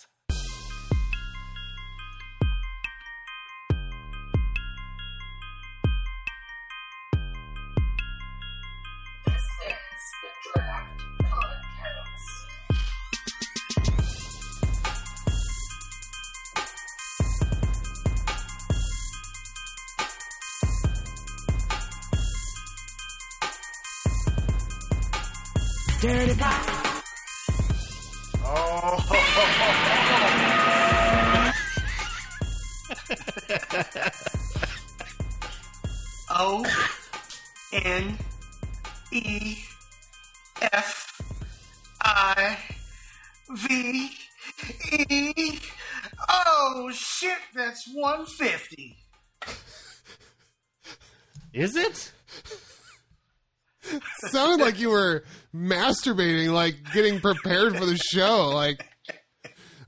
This is the Draft Podcast. Oh, O N E F I V E. Oh shit, that's 150. Is it? sounded like you were masturbating, like getting prepared for the show. Like,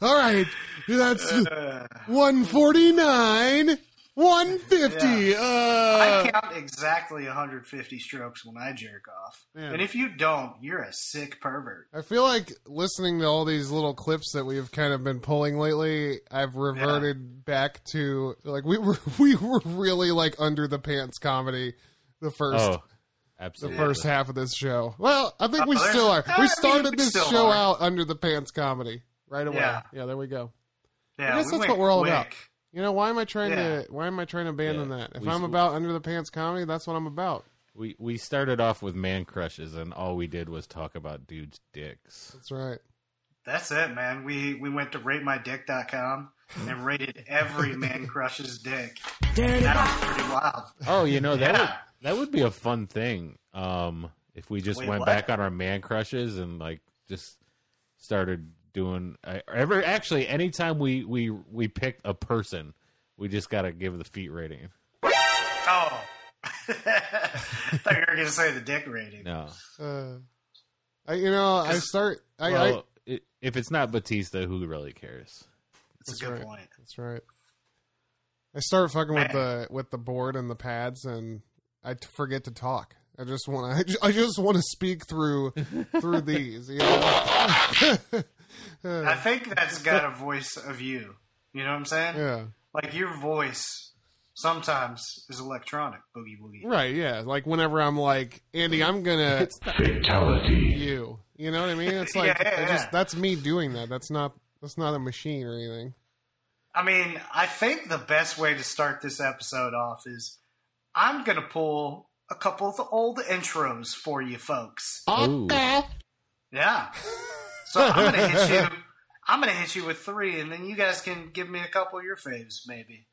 all right, that's Uh. one forty nine, one fifty. I Uh, count exactly 150 strokes when I jerk off. Man. And if you don't, you're a sick pervert. I feel like listening to all these little clips that we've kind of been pulling lately. I've reverted back to like we were we were really like under the pants comedy the first Oh, the absolutely. first half of this show. Well, I think we Oh, there's- still are. I We mean, started we this still show are. out under the pants comedy right away. Yeah. yeah there we go. Yeah, guess we that's went what we're all about. quick. You know why am I trying Yeah. to why am I trying to abandon Yeah. that? If We- I'm about under the pants comedy, that's what I'm about. We we started off with man crushes, and all we did was talk about dudes' dicks. That's right. That's it, man. We we went to ratemydick.com and rated every man crush's dick. That was pretty wild. Oh, you know that Yeah. would, that would be a fun thing. Um, if we just Wait, went what? back on our man crushes and like just started doing I, ever actually anytime we we we picked a person, we just got to give the feet rating. Oh. I thought you were going to say the dick rating. No, Uh, I, you know, I start. I, I well, i if it's not Batista, who really cares? That's That's a good right. point. that's right. I start fucking Man. with the with the board and the pads, and I t- forget to talk. I just want to. I just, want to speak through through these. You know? I think that's got a voice of you. You know what I'm saying? yeah. Like your voice sometimes is electronic, boogie boogie. Right. Yeah. Like whenever I'm like Andy, I'm gonna Fatality. you. You know what I mean? It's like Yeah, yeah, I just yeah. that's me doing that. That's not that's not a machine or anything. I mean, I think the best way to start this episode off is I'm going to pull a couple of the old intros for you folks. Ooh. Yeah. So I'm gonna hit you. I'm gonna hit you with three, and then you guys can give me a couple of your faves, maybe.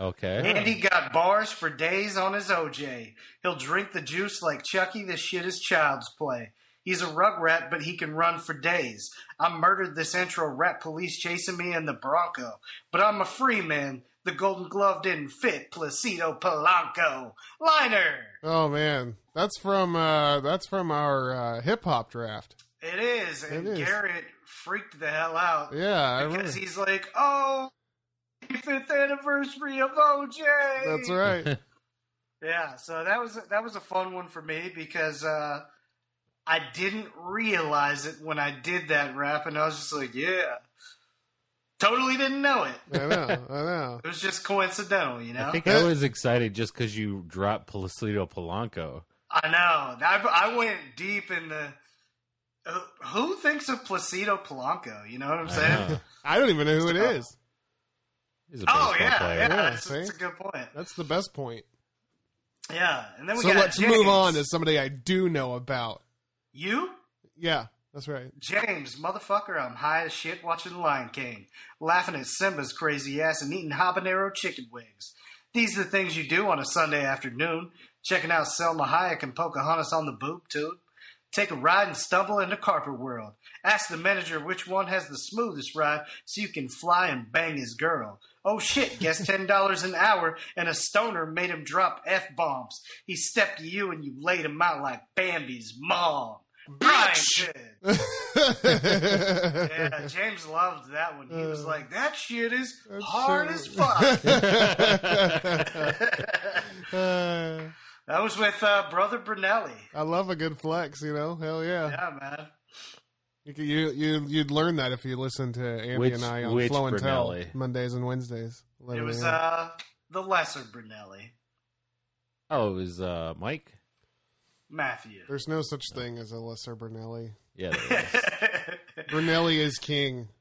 Okay. Andy got bars for days on his OJ. He'll drink the juice like Chucky. This shit is child's play. He's a rugrat, but he can run for days. I murdered this intro rat police chasing me in the Bronco. But I'm a free man. The golden glove didn't fit. Placido Polanco. Liner. Oh man, that's from uh that's from our uh, hip hop draft. It is. And It is. Garrett freaked the hell out. Yeah, I remember. because he's like, oh, fifth anniversary of OJ. That's right. Yeah, so that was that was a fun one for me because uh, I didn't realize it when I did that rap, and I was just like, yeah, totally didn't know it. I know. I know. It was just coincidental, you know. I think I was excited just because you dropped Placido Polanco. I know. I, I went deep in the. who- Who thinks of Placido Polanco? You know what I'm saying? I know. I don't even know who it is. He's a Oh baseball yeah, player. yeah, Yeah, that's, see? that's a good point. That's the best point. Yeah, and then we So got let's move on to James. somebody I do know about. you Yeah, that's right. James, motherfucker, I'm high as shit watching Lion King, laughing at Simba's crazy ass and eating habanero chicken wings. These are the things you do on a Sunday afternoon. Checking out Selma Hayek and Pocahontas on the boob tube. Take a ride and stumble into Carpet World. Ask the manager which one has the smoothest ride so you can fly and bang his girl. Oh shit, guess $10 an hour and a stoner made him drop F bombs. He stepped to you and you laid him out like Bambi's mom. Brian said. Yeah, James loved that one. He was like, that shit is hard Uh, so- as fuck. Uh, that was with uh, Brother Brunelli. I love a good flex, you know. Hell yeah. Yeah, man. You, could- you you you'd learn that if you listen to Andy Which- and I on which Flow and Brunelli? Tell Mondays and Wednesdays. 11 It was a.m. uh, the lesser Brunelli, Oh, it was uh, Mike. Matthew. There's no such thing as a lesser Brunelli. Yeah, there was. Brunelli is king.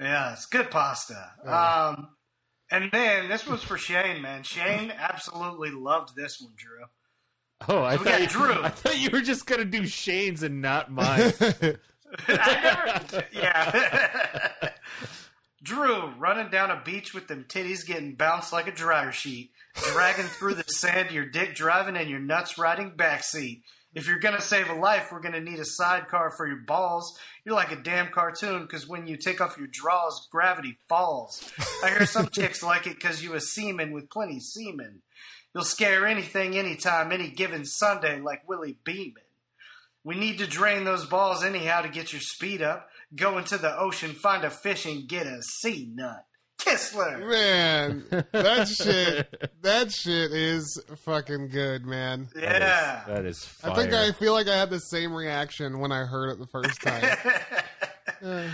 Yeah, it's good pasta. Yeah. Um, and then this was for Shane, man. Shane absolutely loved this one, Drew. oh, I we got thought you, Drew. I thought you were just gonna do Shane's and not mine. I never, yeah. Drew running down a beach with them titties getting bounced like a dryer sheet, dragging through the sand, your dick driving and your nuts riding backseat. If you're gonna save a life, we're gonna need a sidecar for your balls. You're like a damn cartoon because when you take off your drawers, gravity falls. I hear some chicks like it because you a seaman with plenty of semen. You'll scare anything, anytime, any given Sunday like Willie Beeman. We need to drain those balls anyhow to get your speed up. Go into the ocean, find a fish, and get a sea nut. Kistler. Man, that shit that shit is fucking good, man. Yeah. that is fire. I think I feel like I had the same reaction when I heard it the first time. Uh,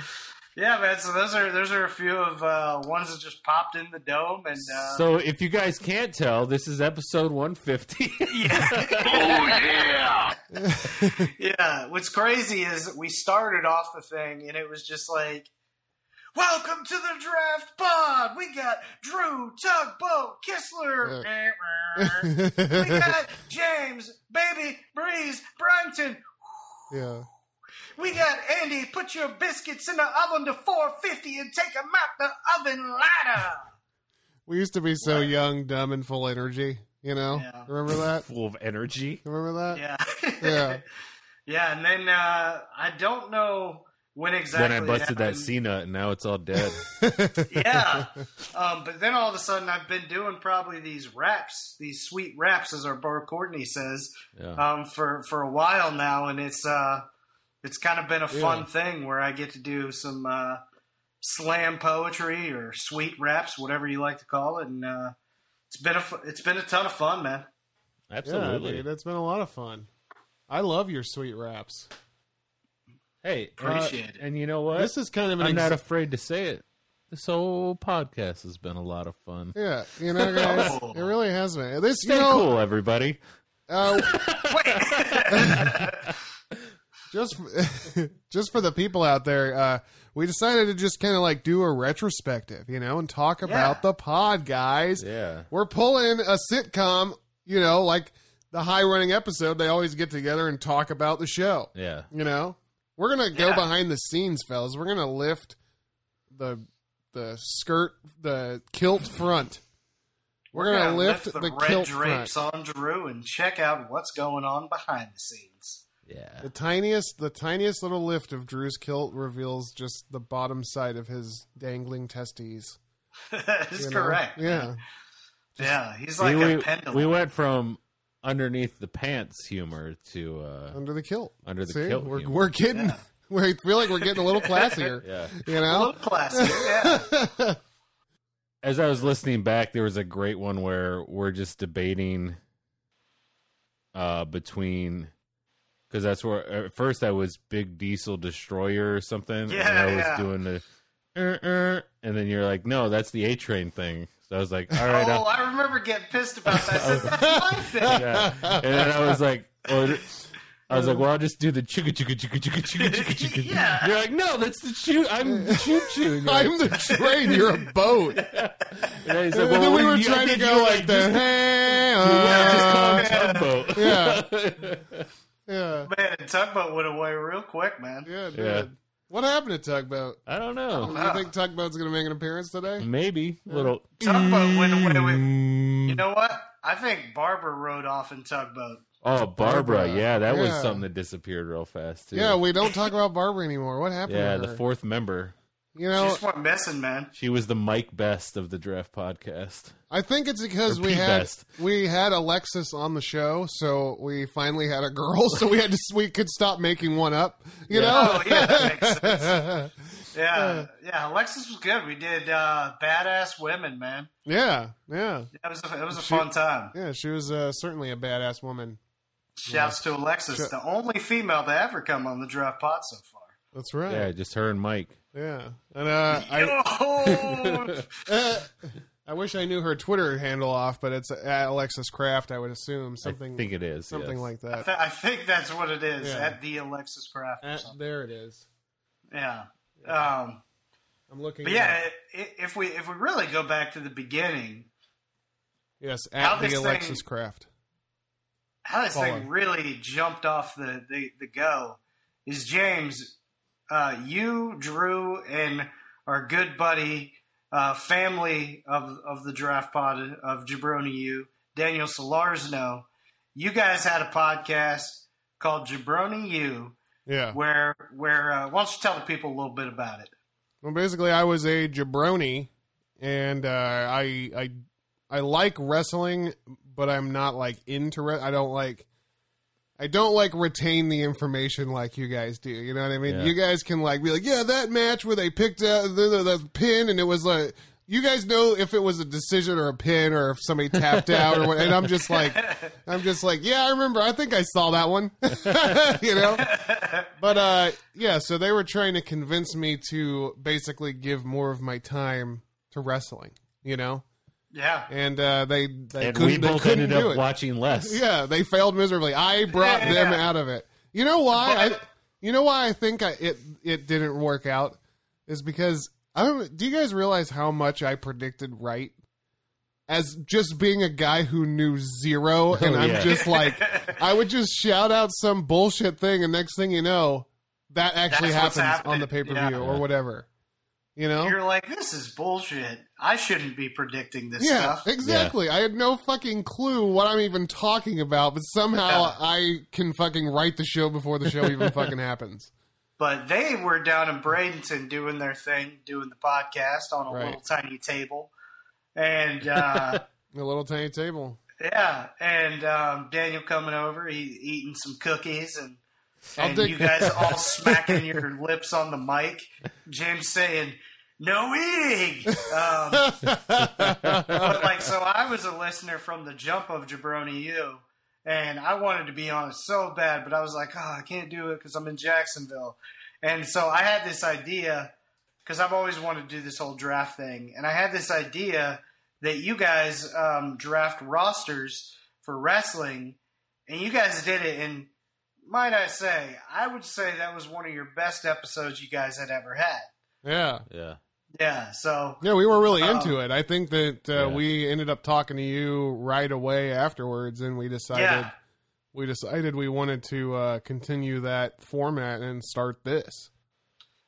yeah, man. So those are those are a few of uh, ones that just popped in the dome, and uh, So if you guys can't tell, this is episode 150. yeah. What's crazy is we started off the thing, and it was just like, "Welcome to the draft pod. We got Drew Tugboat Kistler. we got James Baby Breeze Brinton. yeah. We got Andy, put your biscuits in the oven to 450 and take them out the oven ladder. We used to be so young, dumb, and full energy, you know? Yeah. Remember that? Full of energy. Remember that? Yeah. Yeah. Yeah, and then uh, I don't know when exactly. Then I it busted that happened. C nut, and now it's all dead. Yeah. um, but then all of a sudden, I've been doing probably these raps, these sweet raps, as our bar Courtney says, Yeah. um, for, for a while now. And it's, uh, it's kind of been a fun Yeah. thing where I get to do some uh, slam poetry or sweet raps, whatever you like to call it, and uh, it's been a fu- it's been a ton of fun, man. Absolutely. Yeah, dude, it's been a lot of fun. I love your sweet raps. hey, uh, Appreciate it. And you know what? This is kind of an I'm not ex- afraid to say it. This whole podcast has been a lot of fun. yeah, you know, guys, Oh. it really has been. This, Stay you know, cool, everybody. Uh, just just for the people out there, uh, we decided to just kind of like do a retrospective, you know, and talk about the pod, guys. Yeah. We're pulling a sitcom, you know, like the high running episode. They always get together and talk about the show. Yeah. You know, we're gonna go Yeah. behind the scenes, fellas. We're gonna lift the the skirt, the kilt front. We're, gonna, lift, the, red kilt front. drapes on Drew and check out what's going on behind the scenes. Yeah. The tiniest, the tiniest little lift of Drew's kilt reveals just the bottom side of his dangling testes. That's you know? correct. Yeah, Yeah, he's like we, a we- pendulum. we went from underneath the pants humor to uh, under the kilt. Under the See? kilt We're, humor. we're getting. We feel like we're getting a little classier. yeah. You a know. little classic. Yeah. As I was listening back, there was a great one where we're just debating uh, between because that's where at first I was Big Diesel Destroyer or something, and Yeah, I was yeah. doing the uh, uh, and then you're like, no, that's the A Train thing. So I was like, all right, oh, I'll- I remember getting pissed about that. I said, That's my thing. yeah. and then I was like, well, it- I was like, well, I'll just do the chicka chicka chicka chicka chicka chicka chicka. Yeah. You're like, no, that's the choo. I'm the choo choo. And, you're like- I'm the train. You're a boat. and he's like, and well, then what we do were you- I trying to think go you're like the hey, just call uh, it tugboat. yeah, yeah, Man, tugboat went away real quick, man. yeah, dude. Yeah. What happened to tugboat? I don't Oh, know. Do you think Mm, tugboat's gonna make an appearance today? Maybe little. Tugboat went away with. You know what? I think Barbara rode off in tugboat. Oh, Barbara. Barbara. Yeah, that was Yeah. something that disappeared real fast too. Yeah, we don't talk about Barbara anymore. What happened? yeah, to the her? fourth member. You She know, just went missing, man. She was the Mike Best of the Draft Podcast. I think it's because Or we had P-Best. we had Alexis on the show, so we finally had a girl, so we had to we could stop making one up. You Oh, yeah, that makes sense. know. Yeah, yeah. Alexis was good. We did uh, badass women, man. yeah, yeah, That was a, it was a She- fun time. yeah. She was uh, certainly a badass woman. Shouts to Alexis, Sure. the only female to ever come on the draft pod so far. That's right. Yeah, Yeah, just her and Mike. and uh, I Yo! uh, I wish I knew her Twitter handle off, but it's at Alexis Craft. I would assume I something think it is something yes. like I, that. th- I think that's what it is Yeah. Uh, at the Alexis Craft. Or At, something. there it is. Yeah. Um, I'm looking. but it yeah, up. i- i- if we if we really go back to the beginning, yes, how at this the thing- Alexis Craft. how this Follow. thing really jumped off the, the, the go is James, uh, you, Drew, and our good buddy, uh, family of, of the draft pod of Jabroni U, Daniel Solarzno, you guys had a podcast called Jabroni U Yeah. where, where uh, why don't you tell the people a little bit about it? Well, basically, I was a jabroni, and uh, I I I like wrestling, but I'm not like into. Re- I don't like. I don't like retain the information like you guys do. You know what I mean? Yeah. You guys can like be like, yeah, that match where they picked out the, the, the pin, and it was like. You guys know if it was a decision or a pin or if somebody tapped out or what, and I'm just like, I'm just like, yeah, I remember. I think I saw that one, you know. But uh, yeah, so they were trying to convince me to basically give more of my time to wrestling, you know, Yeah. and uh, they they And couldn't, we both they couldn't ended do up it. watching less. Yeah, they failed miserably. I brought Yeah. them out of it. You know why? I, But- you know why I think I, it it didn't work out is because I don't. Do you guys realize how much I predicted right? As just being a guy who knew Oh, zero, and I'm yeah. just like, I would just shout out some bullshit thing, and next thing you know, that actually That's what's happens on the pay per happening. view Yeah. or whatever. You know, You're like, this is bullshit. I shouldn't be predicting this yeah, stuff. exactly. I had no fucking clue what I'm even talking about, but somehow Yeah. I can fucking write the show before the show even fucking happens. But they were down in Bradenton doing their thing, doing the podcast on a Right. little tiny table. And uh, A little tiny table. yeah, and um, Daniel coming over, he eating some cookies, and, I'll and dig- you guys all smacking your lips on the mic. James saying, "No eating." Um, but like, so I was a listener from the jump of Jabroni U, and I wanted to be on it so bad, but I was like, oh, I can't do it because I'm in Jacksonville. And so I had this idea because I've always wanted to do this whole draft thing, and I had this idea that you guys um, draft rosters for wrestling, and you guys did it. And might I say, I would say that was one of your best episodes you guys had ever had. Yeah. Yeah. Yeah, so Yeah, we were really Um, into it. I think that uh, Yeah. we ended up talking to you right away afterwards, and we decided Yeah. we decided we wanted to uh, continue that format and start this.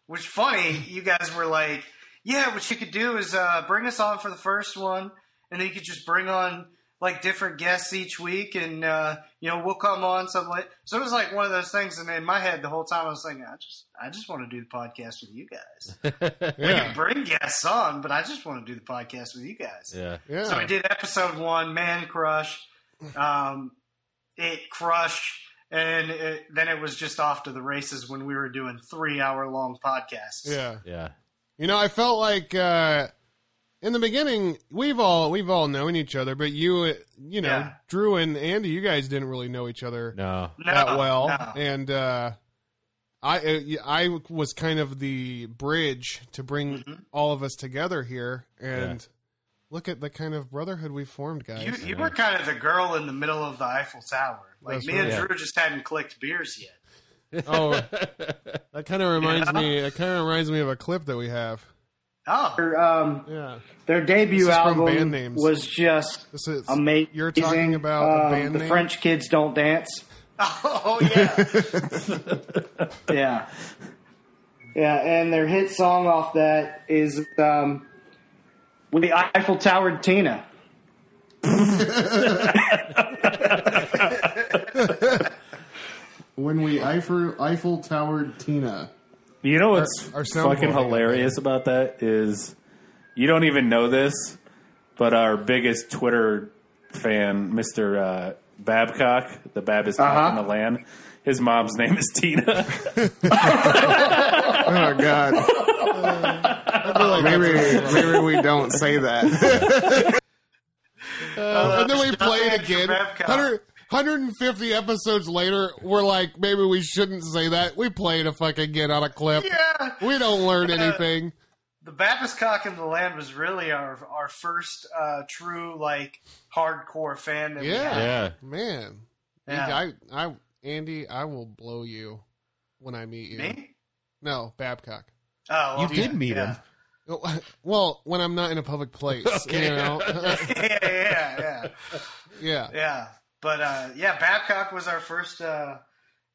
Which funny, you guys were like, "Yeah, what you could do is uh, bring us on for the first one, and then you could just bring on like different guests each week, and uh, you know we'll come on something like." So it was like one of those things, and in my head the whole time I was thinking, "I just, I just want to do the podcast with you guys. We Yeah, can bring guests on, but I just want to do the podcast with you guys." Yeah. yeah. So I did episode one, Man Crush. Um, it crushed, and it, then it was just off to the races when we were doing three hour long podcasts. yeah. Yeah. You know, I felt like uh, in the beginning we've all we've all known each other, but you you know Yeah. Drew and Andy, you guys didn't really know each other No. No, that well, no. and uh, I I was kind of the bridge to bring Mm-hmm. all of us together here, and look at the kind of brotherhood we formed, guys. You, you were kind of the girl in the middle of the Eiffel Tower. Like That's me right. and Yeah. Drew just hadn't clicked beers yet. oh, that kind of reminds Yeah. me. That kind of reminds me of a clip that we have. Oh, their, um, Yeah, their debut This is from album band names. was just this is amazing. You're talking about Um, a band the name? French kids don't dance. Oh yeah, yeah, yeah. And their hit song off that is um, with the Eiffel Towered Tina. when we Eiffel, Eiffel towered Tina. You know what's our sound fucking quality. hilarious about that is you don't even know this, but our biggest Twitter fan, Mister uh, Babcock, the baddest Uh-huh. cock in the land, his mom's name is Tina. Oh God! maybe maybe we don't say that. and then we play it Batman again. Babcock. 100, 150 episodes later, we're like, maybe we shouldn't say that. We play it a fucking get on a clip. Yeah. We don't learn anything. the Baptist cock in the land was really our our first uh, true like hardcore fan. That we Yeah. had. Yeah. Man, Yeah. I, I, Andy, I will blow you when I meet you. me. No, Babcock. Oh, You okay. did meet yeah. him. Well, when I'm not in a public place, you know. yeah, yeah, yeah, yeah. yeah. But uh, yeah, Babcock was our first, uh,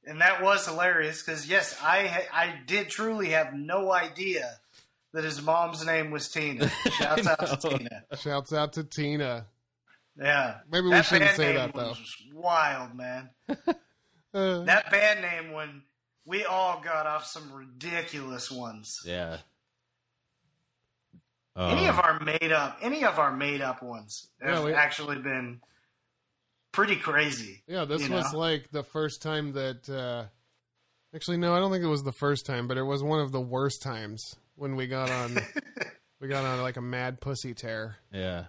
and that was hilarious because yes, I ha- I did truly have no idea that his mom's name was Tina. Shouts out to Tina. Shouts out to Tina. Yeah, Maybe we shouldn't band say name that, though. was Wild man. Uh, That band name when we all got off some ridiculous ones. Yeah. any Um, of our made up, any of our made up ones have Yeah, we- actually been pretty crazy. yeah, this you was know? like the first time that. Uh, actually, no, I don't think it was the first time, but it was one of the worst times when we got on. we got on like a mad pussy tear. yeah.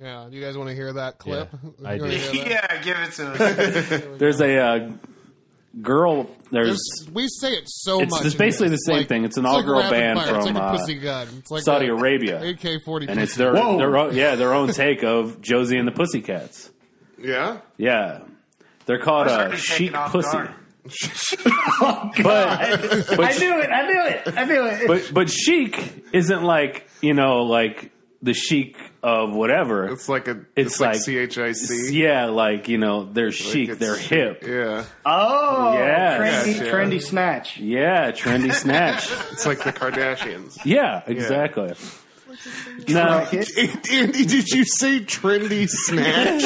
Yeah, do you guys want to hear that clip? Yeah, I You wanna do. hear that? Yeah, give it to us. There's a uh, girl. There's, There's- we say it so It's- much. it's in basically this. the same thing. It's an all-girl rapid band fire. It's from, like a uh, pussy gun. It's like Saudi a Arabia, AK forty. and it's their Whoa. their own, yeah their own take of Josie and the Pussycats. Yeah. Yeah, they're called I was uh, already taken chic off pussy. guard. but, but I knew it. I knew it. I knew it. but but chic isn't like you know like the chic of whatever. It's like a. It's It's, like, like- CHIC. yeah, like you know they're chic, it's- they're hip. Yeah. oh, Yeah. trendy, Yeah, yeah. trendy snatch. Yeah, trendy snatch. It's like the Kardashians. yeah, exactly. No, Andy, did you say trendy snatch?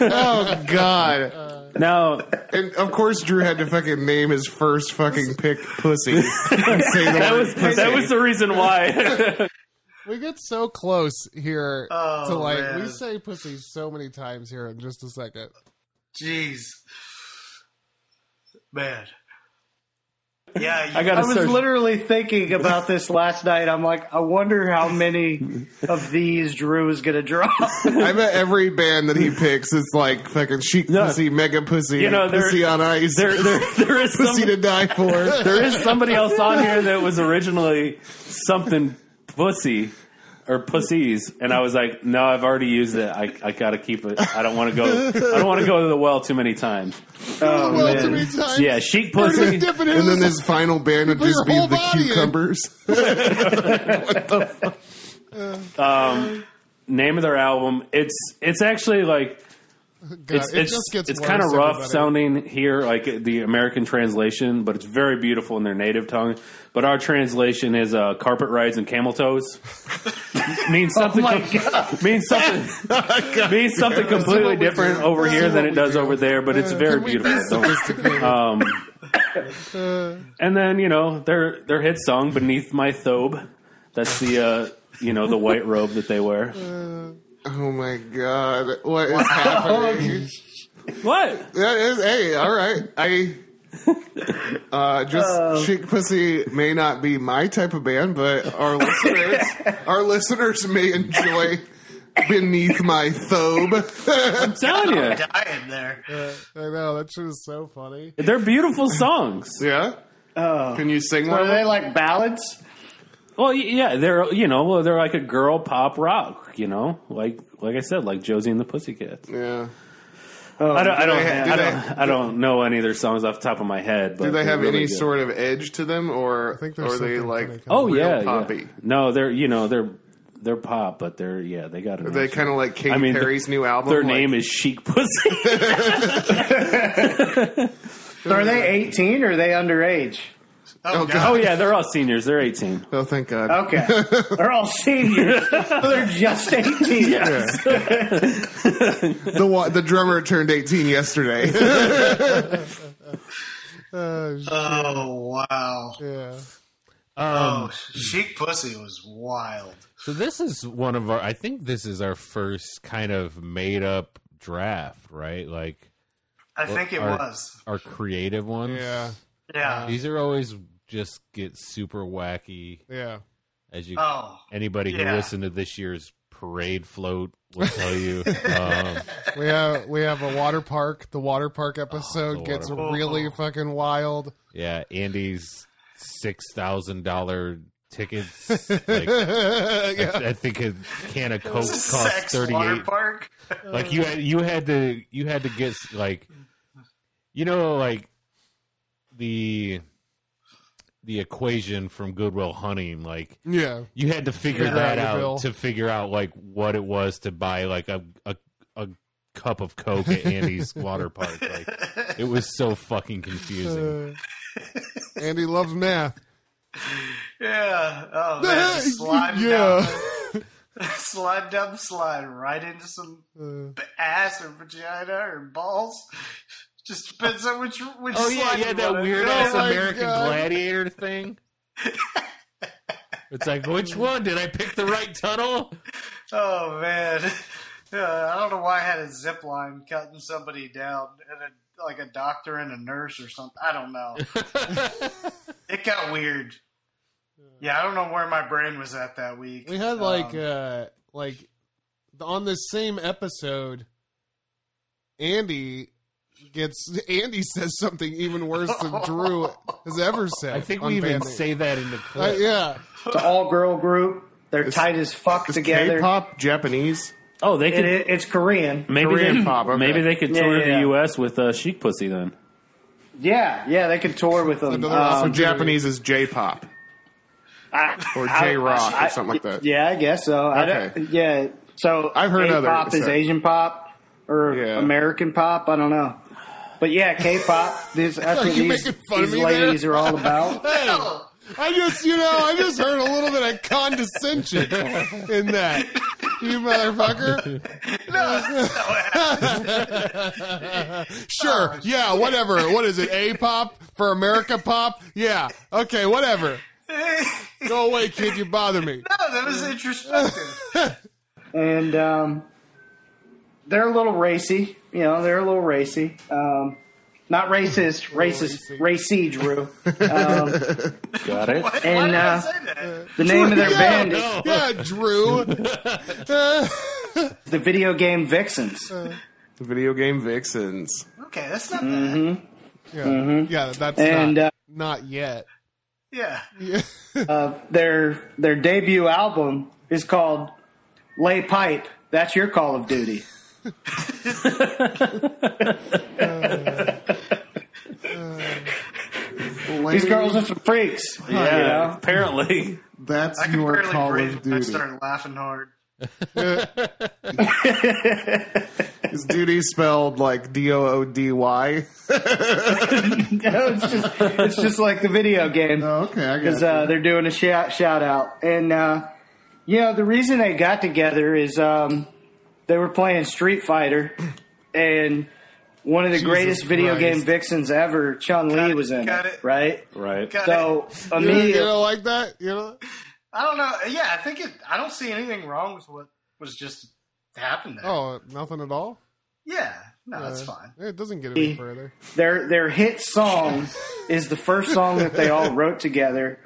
oh God! no, And of course, Drew had to fucking name his first fucking pick pussy. And say the that word was pussy. that was the reason why. We get so close here Oh, to like we man. say pussy so many times here in just a second. Jeez, man. Yeah, you, I got I to was search. literally thinking about this last night. I'm like, I wonder how many of these Drew is going to draw. I bet every band that he picks is like fucking chic No. pussy, mega pussy, You know, there- pussy on ice, there, there, there is some, pussy to die for. there is somebody else on here that was originally something pussy or pussies, and I was like, no, I've already used it. I, I gotta keep it. I don't want to go. I don't want to go to the well too many times. Oh, well, too many times. Yeah, chic We're just pussy. dipping in And then this- his final band would put just your be whole the body in. cucumbers. Name of their album. It's it's actually like God, it's Uh, it it's just gets it's worse, kind of rough everybody. sounding here, like the American translation, but it's very beautiful in their native tongue. But our translation is uh, carpet rides and camel toes. means Oh something. my com- means something. means something completely what we different do. over This here is than what we it does do. over there, but it's Uh, very can we be beautiful. sophisticated? Um, and then you know their their hit song "Beneath My Thobe." That's the uh, you know the white robe that they wear. oh my god! What is happening? What? That is hey, all right. I uh, just chic pussy may not be my type of band, but our listeners, our listeners may enjoy beneath my thobe. I'm telling you, dying there. I know that shit is so funny. they're beautiful songs. yeah. Can you sing one? Are of them? they like ballads? Well, y- yeah, they're you know, well, they're like a girl pop rock, you know, like like I said, like Josie and the Pussycats. Yeah. I don't, I don't, they ha- Oh, do I they- don't, I don't know any of their songs off the top of my head. But Do they they're have really any good. sort of edge to them, or think are there's they something like? funny coming. Oh real yeah, yeah. poppy? No, they're you know they're they're pop, but they're yeah they got. Are they kind of like Katy I mean, Perry's new album? Their like, name is Chic Pussy. So are they 18 or are they underage? Oh, Oh God. yeah, they're all seniors. They're eighteen. Oh, thank God. Okay. They're all seniors. so they're just 18. The wa- Oh, the drummer turned 18 yesterday. Uh, Oh wow! yeah. Um, Oh, chic pussy was wild. Um, So this is one of our. I think this is our first kind of made up draft, right? Like I think it our- was. our creative ones. Yeah. Yeah. These are always just get super wacky Yeah. as you oh, anybody yeah. who listened to this year's parade float will tell you. um, We have we have a water park. The water park episode the gets water- really fucking wild. yeah, Andy's six thousand dollar tickets. Like, yeah. I, I think a can of coke this is costs sex thirty water eight. park. Like you had you had to you had to get like you know like the the equation from Goodwill Hunting like Yeah. you had to figure Yeah. that Yeah, out Bill. to figure out like what it was to buy like a a, a cup of coke at Andy's water park. Like it was so fucking confusing. Uh, Andy loves math. Yeah. Oh man, just slide yeah. down, slide down the slide right into some Uh, b- ass or vagina or balls. Just depends on which which. Oh yeah, slide yeah, you that wanna weird go. ass Oh my American God. Gladiator thing. It's like which one did I pick the right tunnel? Oh man, uh, I don't know why I had a zip line cutting somebody down, and a, like a doctor and a nurse or something. I don't know. it got weird. Yeah, I don't know where my brain was at that week. we had like Um, uh like on this same episode Andy gets Andy says something even worse than Drew has ever said. I think on we even Band Aid. say that in the clip. Uh, yeah. It's an all girl group. They're tight as fuck together. K-pop, Japanese. Oh, they It, could it, it's Korean. maybe Korean they pop, okay. maybe they could Yeah, tour yeah, yeah. the U.S. with uh, Chic Pussy then. Yeah, yeah, they could tour with them. Another so awesome- Um, Japanese is J-pop or J-rock I- or something like that. yeah, I guess so. I Okay. don't- yeah, so I've heard other- K-pop is so- Asian pop or Yeah. American pop. I don't know, but yeah, K-pop. This, that's Are what you these, making fun of these me there? ladies are all about. I just, you know, I just heard a little bit of condescension in that. You motherfucker. sure. Yeah, whatever. What is it? A pop for America pop? Yeah. Okay, whatever. Go away, kid. You bother me. no, that was introspective. and um, they're a little racy. You know, they're a little racy. Um, not racist, racist, racy, Drew. Um, Got Why, it. why And, did uh, I say that? the name of their Yeah, band is Yeah, Drew. Uh, the video game Vixens. The video game Vixens. Okay, that's not bad. yeah. yeah, that's Mm-hmm. And, not, uh, not yet. Yeah. Yeah. their their debut album is called Lay Pipe. That's your Call of Duty. These girls are some freaks. Yeah, You know? apparently. That's I could your barely Call breathe of when I Duty. started laughing hard. Is duty spelled like D O O D Y? it's just it's just like the video game. Oh, okay, I because guess. uh, they're doing a shout shout out. And uh, you know the reason they got together is um, they were playing Street Fighter, and one of the greatest video Christ. game vixens ever, Chun Li, it, was in got it, it. right? Right. Got it. So You, don't- you immediately, don't like that? You know? I don't know. Yeah, I think it. I don't see anything wrong with what was just happened. There. Oh, nothing at all? yeah, no, that's Uh, fine. It doesn't get any further. their their hit song is the first song that they all wrote together,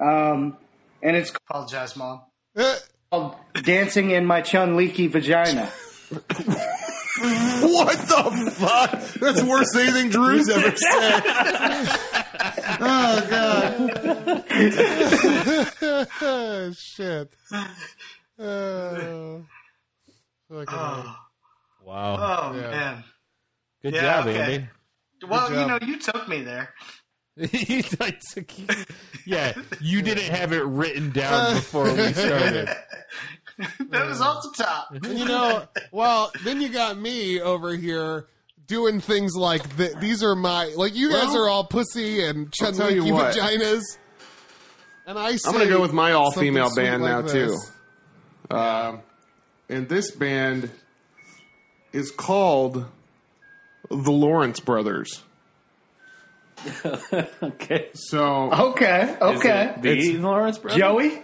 um, and it's Apologize, mom. Uh, called "Dancing in My Chun Leaky Vagina." what the fuck? That's worse than anything Drew's ever said. Oh, shit. Uh, fucking hell. Wow. Oh Yeah. man. Good yeah, job, okay. Andy. Well, you job. know, you took me there. You like to keep- yeah, you didn't have it written Uh, down before we started. that was off the top. Mm-hmm. you know, well, then you got me over here doing things like th- these are my like you guys Well, are all pussy and I'll chud tell you winky what. vaginas. And I say I'm gonna go with my all female something sweet band like now too. this. Um, and this band is called the Lawrence Brothers. Okay. So Oh, Okay, okay. The Lawrence Brothers? Joey?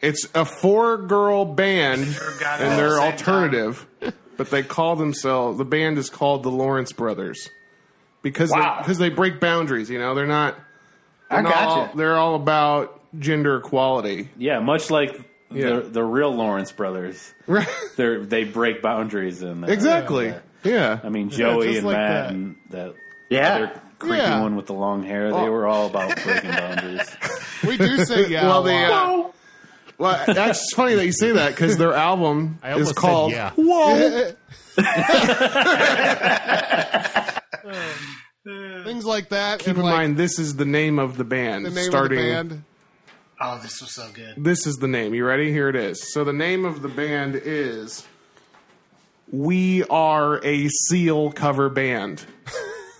it's a four girl band got it and all they're the same alternative, but they call themselves the band is called the Lawrence Brothers because Wow. because they, break boundaries. You know, they're not. They're I not all, gotcha. They're all about gender equality. Yeah, much like Yeah. the the real Lawrence Brothers. Right. They they break boundaries and uh, exactly. uh, yeah. I mean Joey just and like Matt that. and that Yeah. other creepy Yeah. one with the long hair. They Oh. were all about breaking boundaries. We do say yeah. well, well, they, uh, Oh, well, that's just funny that you say that because their album I is almost said called yeah. Whoa. Things like that. Keep and in like mind, this is the name of the band. the name starting, of the band. Oh, this was so good. This is the name. You ready? Here it is. So the name of the band is We Are a Seal Cover Band. so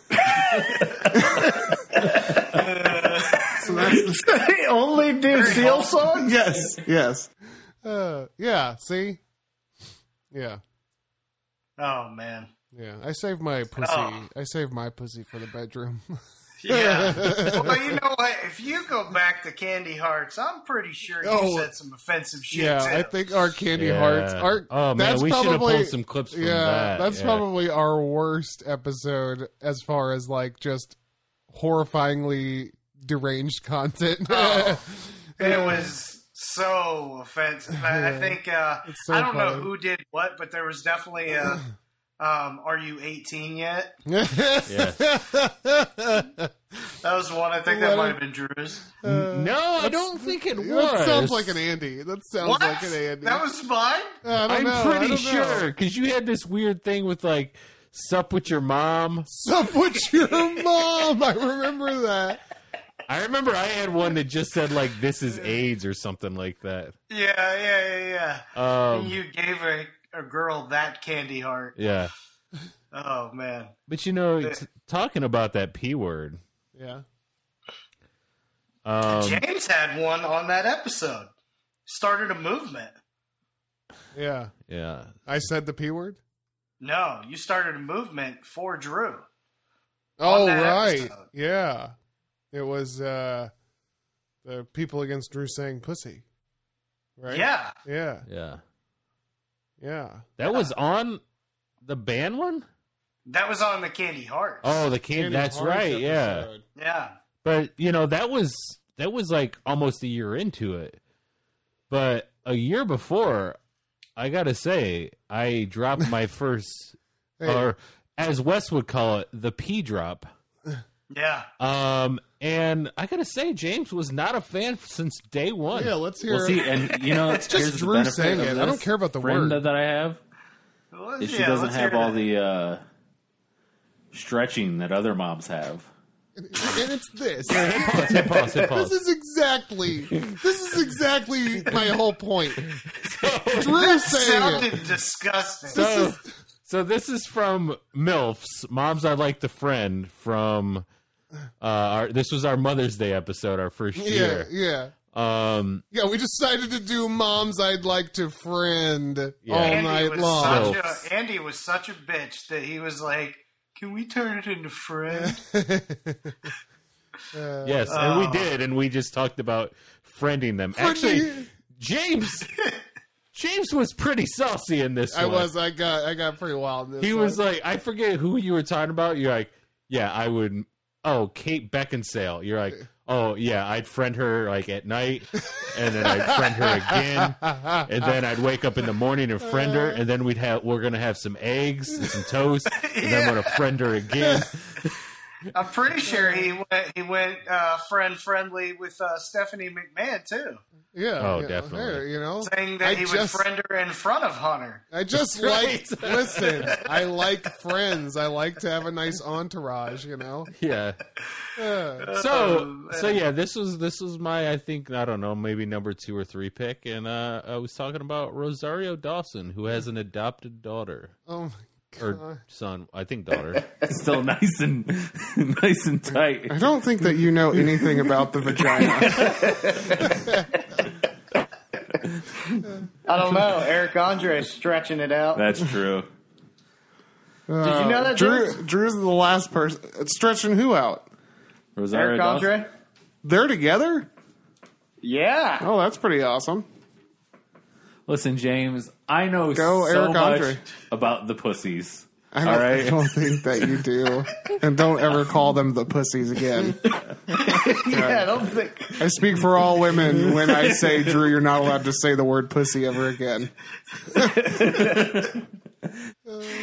that's the, they only do seal songs? yes, yes. Uh, yeah. See. Yeah. Oh man. Yeah. I save my pussy. Oh. I save my pussy for the bedroom. Yeah. well, you know what? If you go back to Candy Hearts, I'm pretty sure you Oh. said some offensive shit. yeah. too. I think our candy Yeah. hearts. Our, Oh, man, that's we should have probably- pulled some clips from yeah, that, that's yeah. probably our worst episode as far as like just horrifyingly deranged content. Oh, it was so offensive. I, I think uh, It's so I don't know funny. who did what, but there was definitely a. Um, are you 18 yet? That was one. I think that What might a- have been Drew's. no, I don't think it was. that sounds like an Andy. That sounds What? like an Andy. Uh. That was mine. I don't I'm know. I pretty don't know. sure because you had this weird thing with like sup with your mom. Sup with your mom. I remember that. I remember I had one that just said like this is AIDS or something like that. Yeah, yeah, yeah, yeah. Oh. Um, you gave a, a girl that candy heart. yeah, Oh man. but you know, it's, talking about that p word. Yeah. Um, James had one on that episode. Started a movement. Yeah. yeah, I said the P word. No, you started a movement for Drew. Oh that right. episode. Yeah. It was uh the people against Drew saying pussy. Right? Yeah. Yeah. yeah, Yeah. that was on the band one. That was on the Candy Hearts. Oh, the can. That's Hart's right. Yeah, episode. Yeah. but you know that was that was like almost a year into it. But a year before, I gotta say, I dropped my first, Hey. or as Wes would call it, the P drop. Yeah. Um, and I gotta say, James was not a fan since day one. Yeah, let's hear Well, see, and you know, it's just Drew saying it. I don't care about the Brenda word. that I have. Well, Is she yeah, doesn't let's hear have all that. the uh, stretching that other moms have. and it's this. Pause, hit pause, hit This pause. is exactly this is exactly my whole point. Drew saying it. sounded disgusting. So, so this is from MILFs, Moms Are Like the Friend from uh our, this was our Mother's Day episode, our first Yeah, year. yeah. Um Yeah, we decided to do moms I'd like to friend Yeah. all Andy night was long. Such a, Andy was such a bitch that he was like, "Can we turn it into friend?" yes, and Uh. we did, and we just talked about friending them. Actually, James James was pretty saucy in this I one. was I got I got pretty wild. in This he was one. like, I forget who you were talking about. You're like, yeah, I would. Oh, Kate Beckinsale. You're like, oh yeah, I'd friend her like at night, and then I'd friend her again, and then I'd wake up in the morning and friend her, and then we'd have we're gonna have some eggs and some toast, and then I'm gonna friend her again. I'm pretty sure he went he went uh, friend friendly with uh, Stephanie McMahon too, yeah, Oh, yeah, definitely. there, you know, saying that I he just, would friend her in front of Hunter. I just Right. like listen. I like friends. I like to have a nice entourage. You know. Yeah. Uh, So Oh, so man. yeah, this was this was my I think I don't know maybe number two or three pick, and uh, I was talking about Rosario Dawson who has an adopted daughter. oh my or son. I think daughter. Still nice and nice and tight. I don't think that you know anything about the vagina. I don't know. Eric Andre is stretching it out. That's true. Did you know that? Drew, James? Drew's the last person stretching who out? Rosario Eric Dawson- Andre. They're together. Yeah. Oh, that's pretty awesome. Listen, James, I know Go, so Eric much Andre. about the pussies. I don't, All I right. don't think that you do, and don't ever call them the pussies again. Yeah. I don't think. I speak for all women when I say, Drew, you're not allowed to say the word pussy ever again.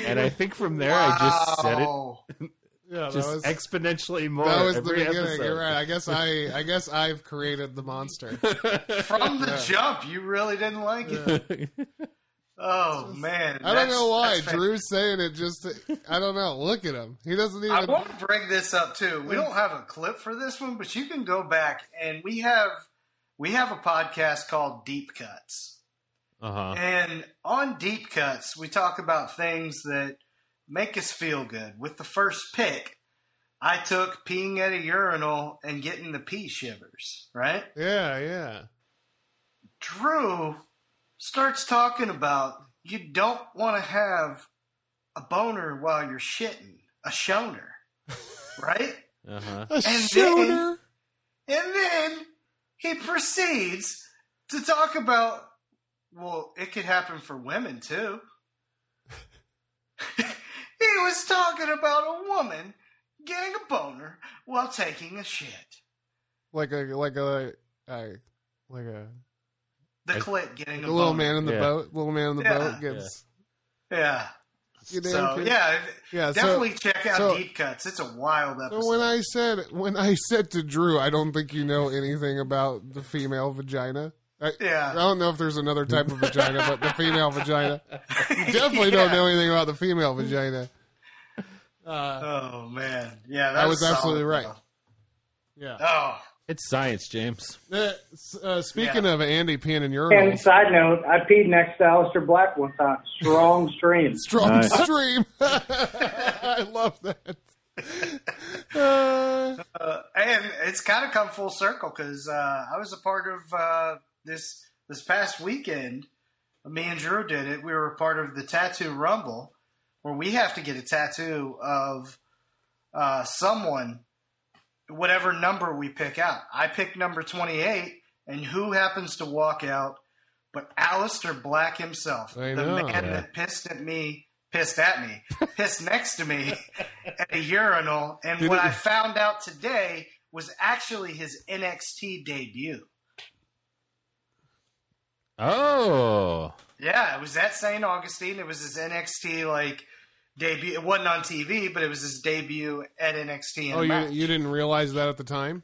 and I think from there I just said it Oh, Yeah, that just was, exponentially more. that was the every beginning. episode. You're right. I guess I, I guess I've created the monster. from the jump, you really didn't like it. Oh man, I don't that's- know why that's fan- Drew's saying it. Just I don't know. Look at him. He doesn't I even. want to bring this up too. We don't have a clip for this one, but you can go back and we have we have a podcast called Deep Cuts. Uh huh. And on Deep Cuts, we talk about things that make us feel good. With the first pick, I took peeing at a urinal and getting the pee shivers, right? Yeah, yeah. Drew starts talking about you don't want to have a boner while you're shitting, a shoner, right? Uh huh. A then- shooter. And then he proceeds to talk about, well, it could happen for women too. he was talking about a woman getting a boner while taking a shit. Like a like a uh, like a, The I- clit getting a, the little boner. man in the Yeah. boat. Little man in the Yeah. boat gets. Yeah. You damn So kid. yeah, yeah. So, definitely check out so- Deep Cuts. It's a wild episode. so when I said when I said to Drew, I don't think you know anything about the female vagina. I, I yeah. don't know if there's another type of vagina, but the female vagina. You definitely don't Yeah. know anything about the female vagina. Uh, Oh man, yeah, that I was absolutely solid, right. though. yeah. Oh, It's science, James. Uh, s- uh, speaking of Andy peeing in And urinals, side note, I peed next to Alistair Black one time. Strong stream. strong Nice. stream. I love that. Uh, Uh, and it's kind of come full circle because uh, I was a part of uh, this this past weekend. Me and Drew did it. We were a part of the Tattoo Rumble, where we have to get a tattoo of uh, someone, whatever number we pick out. I picked number twenty eight, and who happens to walk out? But Alistair Black himself, I the know. man Yeah. that pissed at me, pissed at me, pissed next to me at a urinal. And what I found out today was actually his NXT debut. Oh, Yeah, it was at St. Augustine. It was his NXT like debut. It wasn't on TV, but it was his debut at NXT. In oh, a you match. you didn't realize that at the time?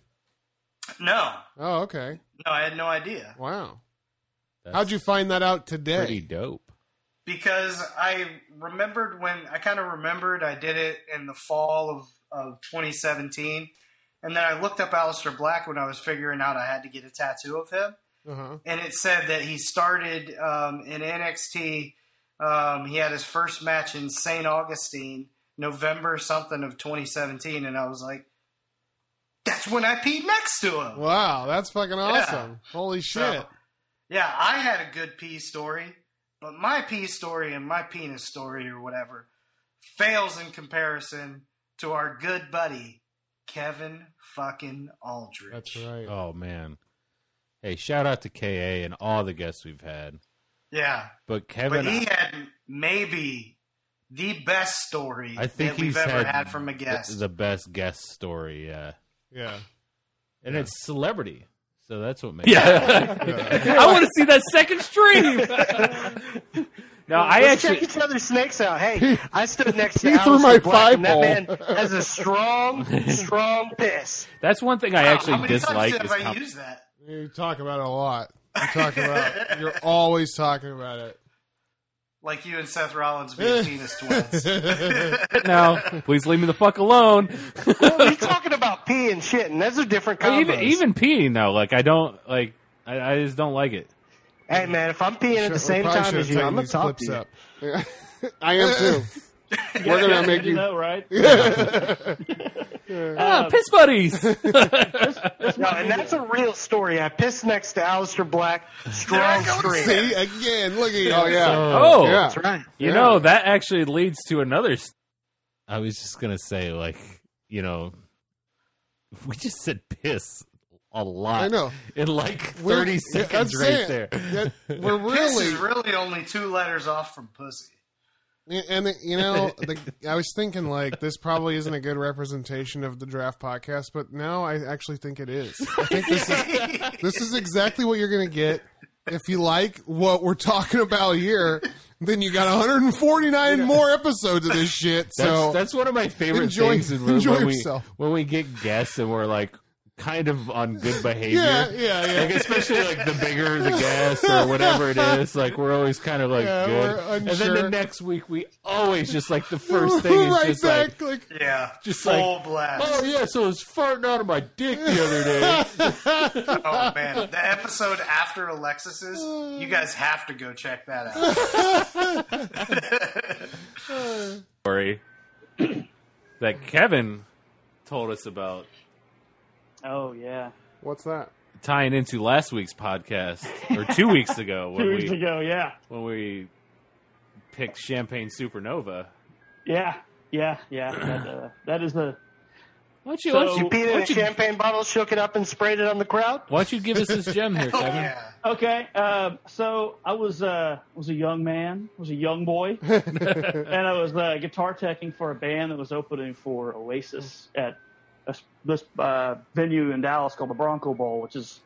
No, Oh, okay. no, I had no idea Wow. That's How'd you find that out today? Pretty dope. because I remembered when I kind of remembered I did it in the fall of of 2017. And then I looked up Aleister Black when I was figuring out I had to get a tattoo of him. Uh-huh. and it said that he started um, in NXT. Um, he had his first match in St. Augustine, November something of 2017, and I was like, "That's when I peed next to him." Wow, that's fucking awesome. Holy shit. So, yeah, I had a good pee story, but my pee story and my penis story or whatever fails in comparison to our good buddy Kevin fucking Aldridge. That's right. Oh man. Hey, shout out to Ka and all the guests we've had. Yeah, But Kevin, But he had maybe the best story I think that we've he's ever had, had, from a th- guest. the best guest story. Yeah, Yeah. and Yeah. it's celebrity, so that's what makes. Yeah. Yeah. I want to see that second stream. no, I Let's check actually each other's snakes out. Hey, I stood next to He threw Alistair my Black, and that fireball. man has a strong, strong piss. that's one thing I Wow, actually How many dislike times is have I com- used that? You talk about it a lot. You talk about you're always talking about it. Like you and Seth Rollins being penis twins. no, please leave me the fuck alone. Well, you're talking about pee and shit, and that's a different But combo. even even peeing though, like I don't like I, I just don't like it. hey man, if I'm peeing at the We same probably time should as have you, taken I'm gonna these talk clips to you. up. I am too. We're Yeah, gonna make do you. that right. ah, piss buddies. No, and that's a real story. I pissed next to Alistair Black, strong stream. See again. Look at you. Oh yeah. oh, yeah. That's right. you know that actually leads to another. s- I was just gonna say, like, you know, we just said piss a lot. I know. In like We're- 30 yeah, seconds I'm right saying, there. that- we're This really, is really only two letters off from pussy. and the, you know, the, I was thinking like this probably isn't a good representation of the draft podcast, but now I actually think it is. I think this is this is exactly what you're gonna get if you like what we're talking about here. Then you got 149 more episodes of this shit. That's, So that's one of my favorite enjoy- things. is when, enjoy when yourself. We, when we get guests and we're like kind of on good behavior. yeah, yeah, yeah. Like especially like the bigger the guest or whatever it is, like we're always kind of like Yeah, good. we're And then the unsure. next week we always just like the first thing is right just like back, like Yeah, Just full like- blast. Oh yeah, so it was farting out of my dick the other day. Oh man, the episode after Alexis's, you guys have to go check that out. story that Kevin told us about, Oh yeah. What's that? tying into last week's podcast or two weeks ago when Two weeks we ago, yeah. when we picked Champagne Supernova. Yeah, yeah, yeah. That, uh, that is a. Why don't you, why So, don't you, you peed why in a don't you, champagne bottle, shook it up, and sprayed it on the crowd? why don't you give us this gem here, Kevin? Yeah. Okay, um, so I was uh, was a young man, was a young boy, and I was uh, guitar teching for a band that was opening for Oasis at a, s- this uh, venue in Dallas called the Bronco Bowl, which is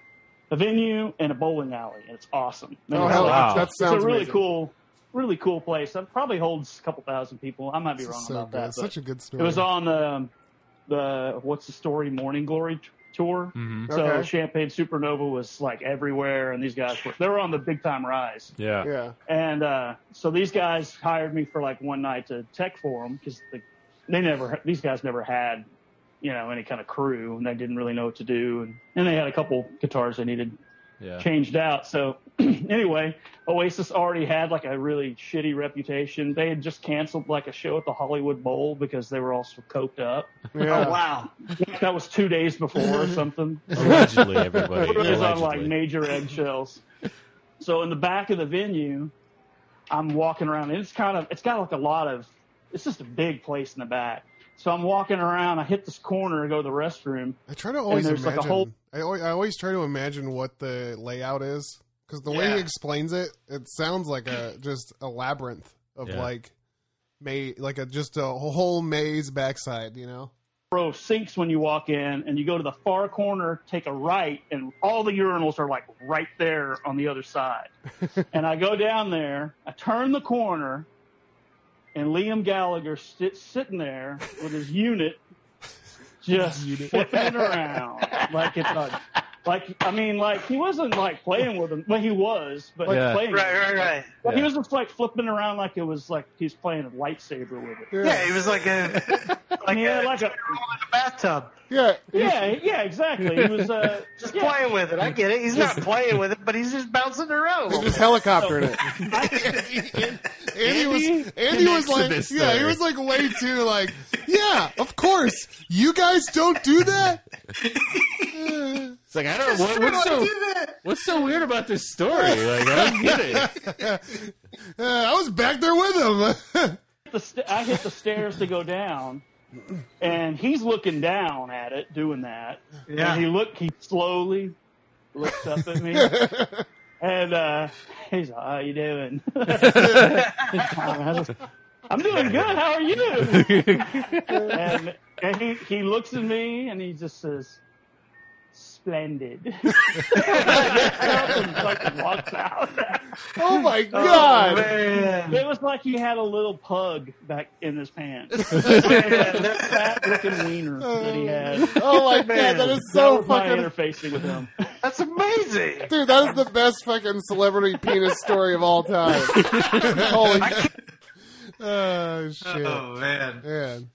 a venue and a bowling alley, and it's awesome. Oh, It's hell, wow. that a sounds really amazing. cool, really cool place. It probably holds a couple thousand people. I might be wrong so about good. that. but- Such a good story. it was on the um, the what's the story Morning Glory t- tour. mm-hmm. So Okay. Champagne Supernova was like everywhere, and these guys were they were on the big time rise. Yeah. Yeah. And uh, so these guys hired me for like one night to tech for them because they never these guys never had you know any kind of crew, and they didn't really know what to do, and, and they had a couple guitars they needed Yeah. changed out. So anyway, Oasis already had like a really shitty reputation. They had just canceled like a show at the Hollywood Bowl because they were all so coked up. Oh, Yeah. wow. that was two days before or something. Allegedly, everybody. It was on like Allegedly. major eggshells. so in the back of the venue, I'm walking around and it's kind of it's got like a lot of it's just a big place in the back. So I'm walking around, I hit this corner, go to the restroom. I try to always there's, imagine. like, a whole- I, always, I always try to imagine what the layout is because the way Yeah. he explains it, it sounds like a just a labyrinth of Yeah. like may like a just a whole maze backside. You know, row of sinks when you walk in, and you go to the far corner, take a right, and all the urinals are like right there on the other side. and I go down there, I turn the corner, and Liam Gallagher sits sitting there with his unit just flipping it around like it's a, like I mean like he wasn't like playing with him, but he was, but Yeah. playing. with him. right. But He was just like flipping around like it was like he's playing a lightsaber with it. Yeah, it was like a like a, yeah, like a bathtub. Yeah. yeah, yeah, exactly. He was uh, Just yeah, playing with it. I get it. He's not playing with it, but he's just bouncing around. Just helicoptering it. Andy was Andy connects was to like, this yeah, he story. was like way too like, yeah, of course, you guys don't do that. It's like I don't. What, what's so What's so weird about this story? Like I don't get it. Uh, I was back there with him. the st- I hit the stairs to go down, and he's looking down at it doing that. Yeah. And he look, he slowly looks up at me, and uh, he's like, "How you doing?" I'm doing good. How are you? and and he, he looks at me and he just says, "Splendid." and fucking walks out. Oh my god. It was like he had a little pug back in his pants. that fat looking wiener that he had. Oh my god. That is that so was my fucking interfacing with him. That's amazing. dude. That is the best fucking celebrity penis story of all time. Holy oh shit, Oh man. man.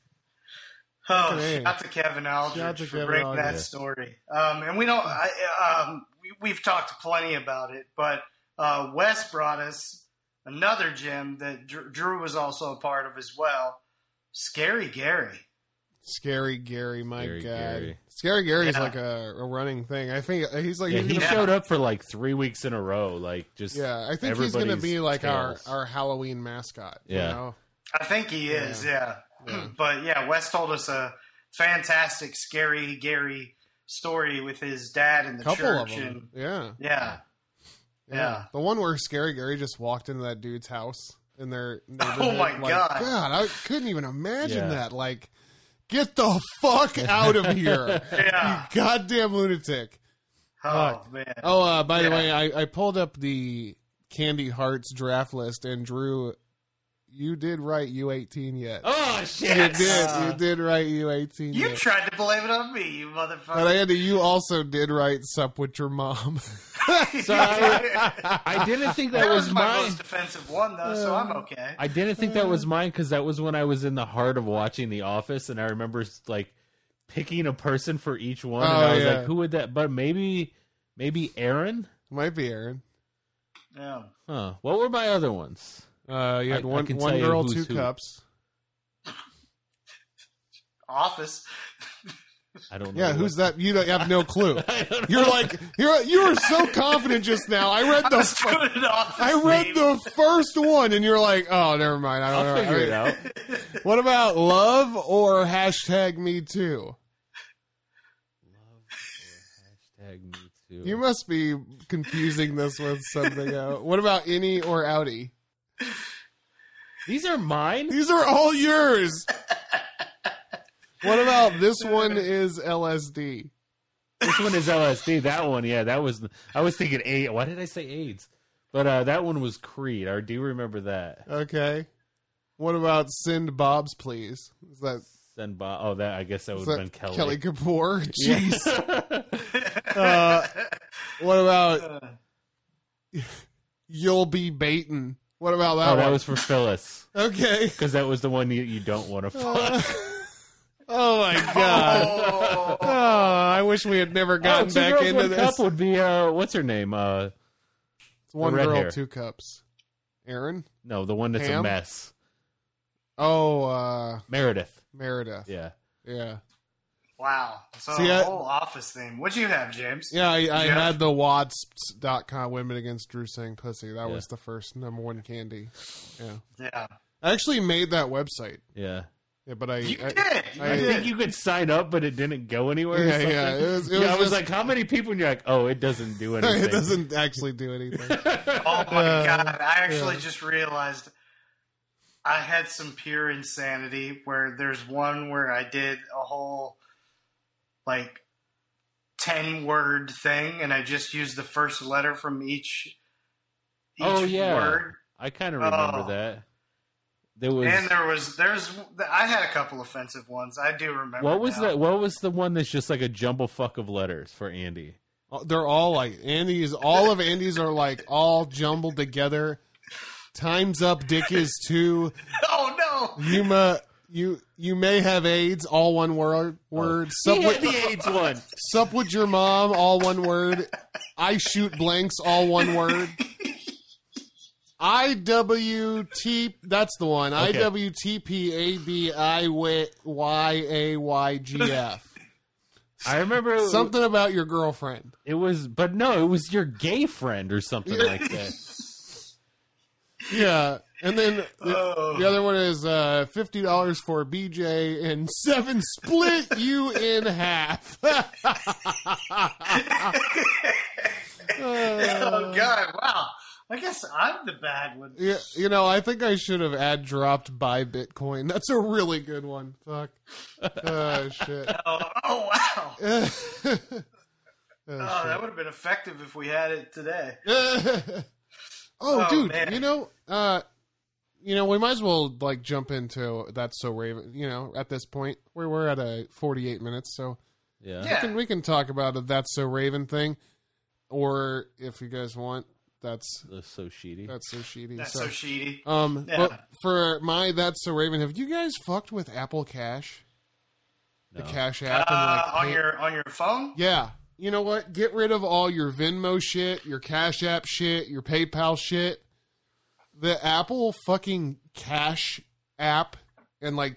Oh, Okay. shout to Kevin Shout Aldridge to for Kevin breaking that Aldridge. story. Um, and we don't. I, um, we, we've talked plenty about it, but uh, Wes brought us another gym that Dr- Drew was also a part of as well. Scary Gary. Scary Gary, my Scary God. Gary. Scary Gary is Yeah. like a, a running thing. I think uh, he's like yeah, he's he gonna- showed up for like three weeks in a row. Like just yeah, I think he's going to be everybody's like our, tails. our Halloween mascot. you Yeah. know? I think he is, yeah. Yeah. but yeah, Wes told us a fantastic Scary Gary story with his dad in the couple church. of them. And Yeah. yeah, Yeah. The one where Scary Gary just walked into that dude's house in their Oh my neighborhood, like, God. God, I couldn't even imagine Yeah. that. Like, get the fuck out of here, Yeah. you goddamn lunatic. Oh, man. Oh, uh, by the Yeah. way, I, I pulled up the Candy Hearts draft list, and Drew, you did write U eighteen yet? Oh shit! You did, Uh. you Uh, did write U eighteen. You yet. tried to blame it on me, you but I motherfucker. had to. You also did write "Sup with Your Mom." I- I didn't think that, that was, was my mine. most offensive one, though, Uh, so I'm okay. I didn't think that was mine because that was when I was in the heart of watching The Office, and I remember like picking a person for each one, and Oh, I was yeah. like, "Who would that?" But maybe, maybe Aaron. Might be Aaron. yeah. Huh? What were my other ones? Uh, you I- had I one can one tell you girl, who's two who. cups. Office. I don't. know. Yeah, who's that? You don't- you have no clue. I don't know. You're like you're you were so confident just now. I read the Let's do it in office I read name. the first one, and you're like, oh, never mind. I don't I'll know. figure it I- out. What about love or hashtag me too? Hashtag me too. You must be confusing this with something else. What about any or outie? These are mine. These are all yours. What about this one is LSD? This one is LSD. That one, yeah, that was. I was thinking AIDS. Why did I say AIDS? But uh, that one was Creed. I do remember that. Okay. What about send Bob's please? Is that Then Bob. Oh, that I guess that Is would that have been Kelly. Oh, Kelly Kapoor. Jeez. uh, what about you'll be baitin'? What about that Oh, that one? was for Phyllis. okay. Because that was the one you, you don't want to fuck. Uh, oh my god. Oh, Oh, I wish we had never gotten back into one this. cup would be uh, what's her name? Uh, It's one red girl, hair. two cups. Aaron. no, the one that's Pam? a mess. Oh, uh, Meredith. Meredith. Yeah. Yeah. wow. So See, I- the whole office thing. What'd you have, James? Yeah, I, I Yeah. had the wasps.com women against Drew saying pussy. That Yeah. was the first number one candy. Yeah. Yeah. I actually made that website. Yeah. Yeah, but I, You I- did. You I- I did. think you could sign up, but it didn't go anywhere. or Yeah, something. yeah, it was- it Yeah, I was was just- like, how many people? And you're like, oh, it doesn't do anything. it doesn't actually do anything. Oh my Uh, god! I actually yeah. just realized I had some pure insanity. Where there's one where I did a whole like ten word thing, and I just used the first letter from each each Oh, yeah. word. I kind of remember Oh. that. There was. And there was there's I had a couple offensive ones. I do remember. what was now. that? What was the one that's just like a jumble fuck of letters for Andy? They're all like Andy's. All of Andy's are like all jumbled together. Times up. Dick is two. Oh no! You ma, you you may have AIDS. All one word. Word. Sup, He had the with, AIDS one. sup with your mom. All one word. I shoot blanks. All one word. I W T. That's the one. I Okay. W T P A B I W Y A Y G F. I remember it was- Something about your girlfriend. It was, but no, it was your gay friend or something like that. Yeah. And then the, Oh. the other one is uh, fifty dollars for BJ and seven split you in half. Oh god! Wow. I guess I'm the bad one. yeah, you know, I think I should have ad dropped buy Bitcoin. That's a really good one. Fuck. Oh shit. Oh, oh wow! oh, Oh, that would have been effective if we had it today. oh, Oh, dude, man. you know, uh, you know, we might as well like jump into that's so Raven. You know, at this point, we're we're at a forty-eight minutes, so Yeah. we can, Yeah. we can talk about a that's so Raven thing, or if you guys want, that's That's so shitty. that's so shitty. That's so, so shitty. um, Yeah. but for my that's so Raven, have you guys fucked with Apple Cash, No. the Cash app, Uh, and like on pay- your on your phone? yeah. You know what? Get rid of all your Venmo shit, your Cash App shit, your PayPal shit. the Apple fucking cash app and like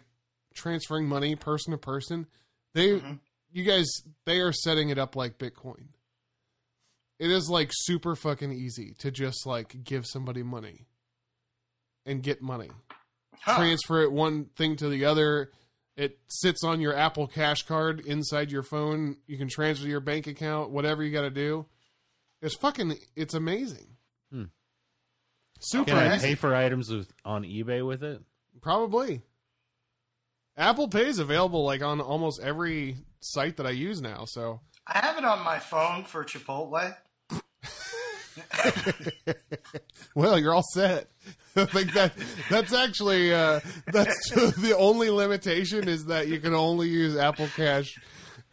transferring money person to person, they Mm-hmm. you guys they are setting it up like Bitcoin. It is like super fucking easy to just like give somebody money and get money. Ah. Transfer it one thing to the other. It sits on your Apple Cash card inside your phone. You can transfer to your bank account, whatever you got to do. It's fucking it's amazing. Hmm. Super Can I easy. pay for items with, on eBay with it? Probably. Apple Pay is available like on almost every site that I use now. So I have it on my phone for Chipotle. well, you're all set. I think that that's actually uh, that's the only limitation is that you can only use Apple Cash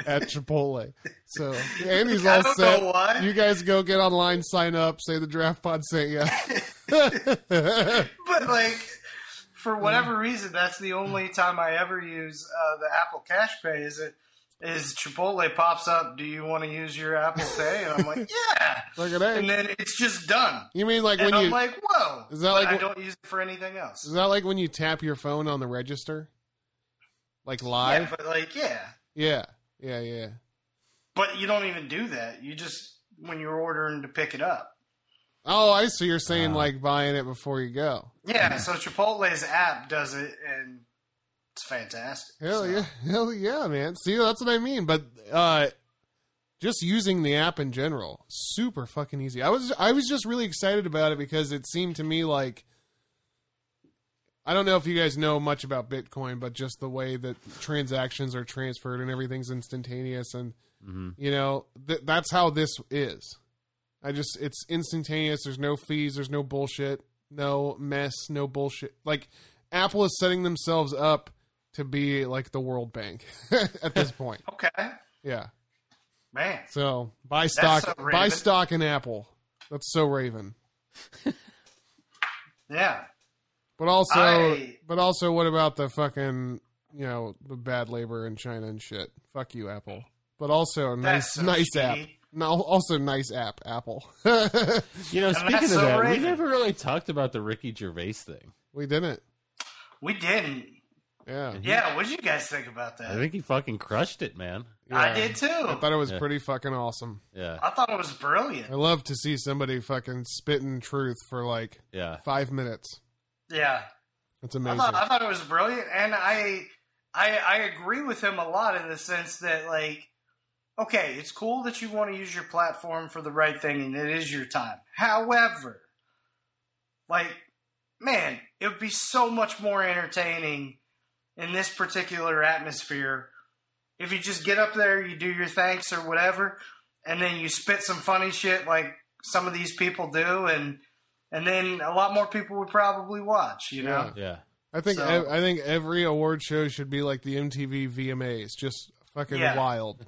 at Chipotle. So Andy's I all don't set. know why. You guys go get online, sign up, say the draft pod sent you. But like, for Mm. whatever reason, that's the only time I ever use uh, the Apple Cash Pay. Is it? Is Chipotle pops up? Do you want to use your Apple Pay? And I'm like, yeah. Look at that. And then it's just done. You mean like and when I'm you like, whoa. Is that But like I wh- don't use it for anything else? is that like when you tap your phone on the register, like live? Yeah, but like, yeah. Yeah, yeah, yeah. But you don't even do that. You just when you're ordering to pick it up. Oh, I see. You're saying Ah. Uh-huh. like buying it before you go. Yeah. So Chipotle's app does it, and it's fantastic. Hell So- yeah, hell yeah, man. See, that's what I mean. But uh, just using the app in general, super fucking easy. I was I was just really excited about it because it seemed to me like I don't know if you guys know much about Bitcoin, but just the way that transactions are transferred and everything's instantaneous, and you know th- that's how this is. I just it's instantaneous. There's no fees. There's no bullshit. No mess. No bullshit. Like Apple is setting themselves up to be like the World Bank at this point. Okay. Yeah. Man. So buy stock. so Raven. buy stock in Apple. That's so Raven. Yeah. But also, I- but also, what about the fucking you know the bad labor in China and shit? Fuck you, Apple. But also, nice, so nice app. shitty. No, also nice app, Apple. You know, that's speaking of so that, Raven. we never really talked about the Ricky Gervais thing. we didn't. We didn't. Yeah. Yeah. What did you guys think about that? I think he fucking crushed it, man. I Yeah. did too. uh, I thought it was Yeah. pretty fucking awesome. Yeah, I thought it was brilliant. I love to see somebody fucking spitting truth for like yeah. five minutes. Yeah. That's I amazing. thought, I thought it was brilliant, and I, I I agree with him a lot in the sense that like, okay, it's cool that you want to use your platform for the right thing, and it is your time. However, like, man, it would be so much more entertaining in this particular atmosphere if you just get up there, you do your thanks or whatever, and then you spit some funny shit like some of these people do, and and then a lot more people would probably watch, you know. Yeah. Yeah. I think So- ev- I think every award show should be like the MTV VMAs, just fucking Yeah. wild,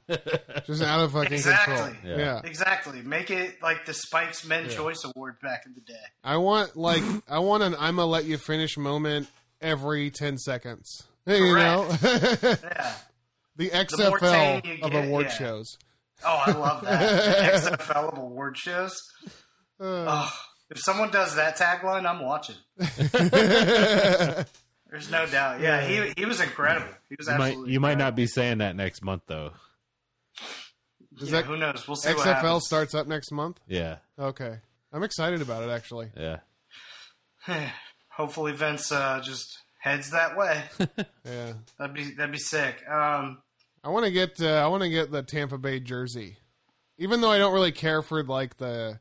just out of fucking Exactly. control. Yeah. Yeah. Exactly. Make it like the Spike's Men's Choice Award back in the day. I want like I want an "I'ma let you finish" moment every ten seconds. You know, Correct. Yeah. the more XFL tame you of get, award yeah. shows. Oh, I love that. The XFL of award shows. Uh, Oh, if someone does that tagline, I'm watching. There's no doubt. Yeah, he he was incredible. He was You might absolutely. you might not be saying that next month though. Does Yeah, that who knows? We'll see. what XFL happens. starts up next month? Yeah, Okay, I'm excited about it actually. yeah. Hopefully, Vince uh, just heads that way. Yeah, That'd be that'd be sick. Um, I want to get uh, I want to get the Tampa Bay jersey, even though I don't really care for like the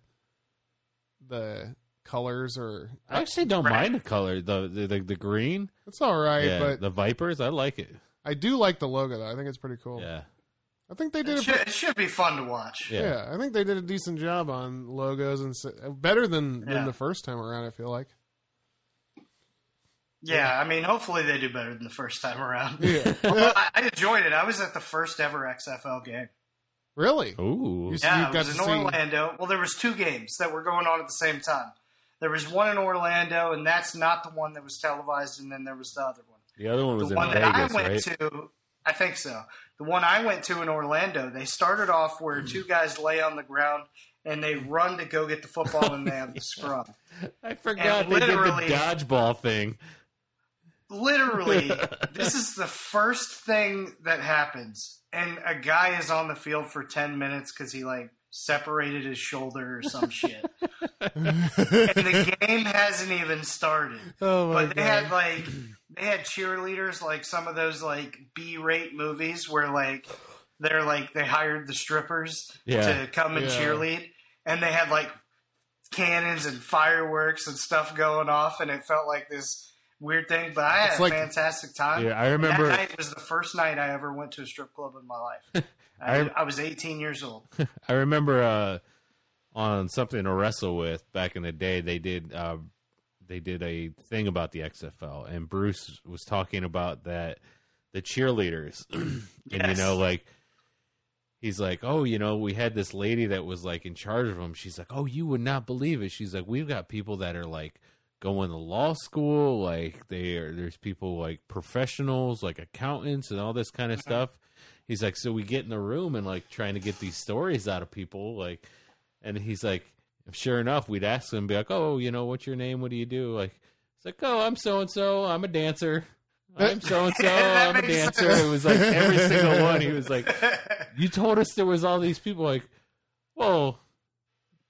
the colors or I actually don't Right. mind the color, the the, the, the green, it's all right, yeah, but the Vipers. I like it. I do like the logo though. I think it's pretty cool. Yeah, I think they did it a should, it should be fun to watch. yeah, Yeah, I think they did a decent job on logos and s- better than, Yeah. than the first time around. I feel like. Yeah, I mean, hopefully they do better than the first time around. Yeah. I, I enjoyed it. I was at the first ever XFL game. Really? Oh. Ooh, You- Yeah, You've it got was to in see- Orlando. Well, there was two games that were going on at the same time. There was one in Orlando, and that's not the one that was televised. And then there was the other one. the other one was the in one that Vegas, I went right? to, I think so. The one I went to in Orlando, they started off where two guys lay on the ground and they run to go get the football and they have the scrum. I forgot And they did the literally- dodgeball thing. Literally, this is the first thing that happens. And a guy is on the field for 10 minutes because he like separated his shoulder or some shit. and the game hasn't even started. Oh my but they god. had like they had cheerleaders like some of those like b-rate movies where like they're like they hired the strippers Yeah. to come and Yeah. cheerlead and they had like cannons and fireworks and stuff going off and it felt like this weird thing but i had It's a like- fantastic time Yeah, I remember- that night was the first night i ever went to a strip club in my life I, I- I was 18 years old I remember uh, on something to wrestle with back in the day. They did uh, they did a thing about the XFL, and Bruce was talking about that the cheerleaders, and you Yes. know, like he's like, oh, you know, we had this lady that was like in charge of them. She's like, oh, you would not believe it. She's like, we've got people that are like going to law school, like they are. There's people like professionals, like accountants, and all this kind of stuff. He's like, so we get in the room and like trying to get these stories out of people, like, and he's like, sure enough, we'd ask them, be like, oh, you know, what's your name? What do you do? Like, it's like, oh, I'm so and so, I'm a dancer. I'm so and so, That I'm a makes dancer. It was like every single one. He was like, you told us there was all these people. Like, well,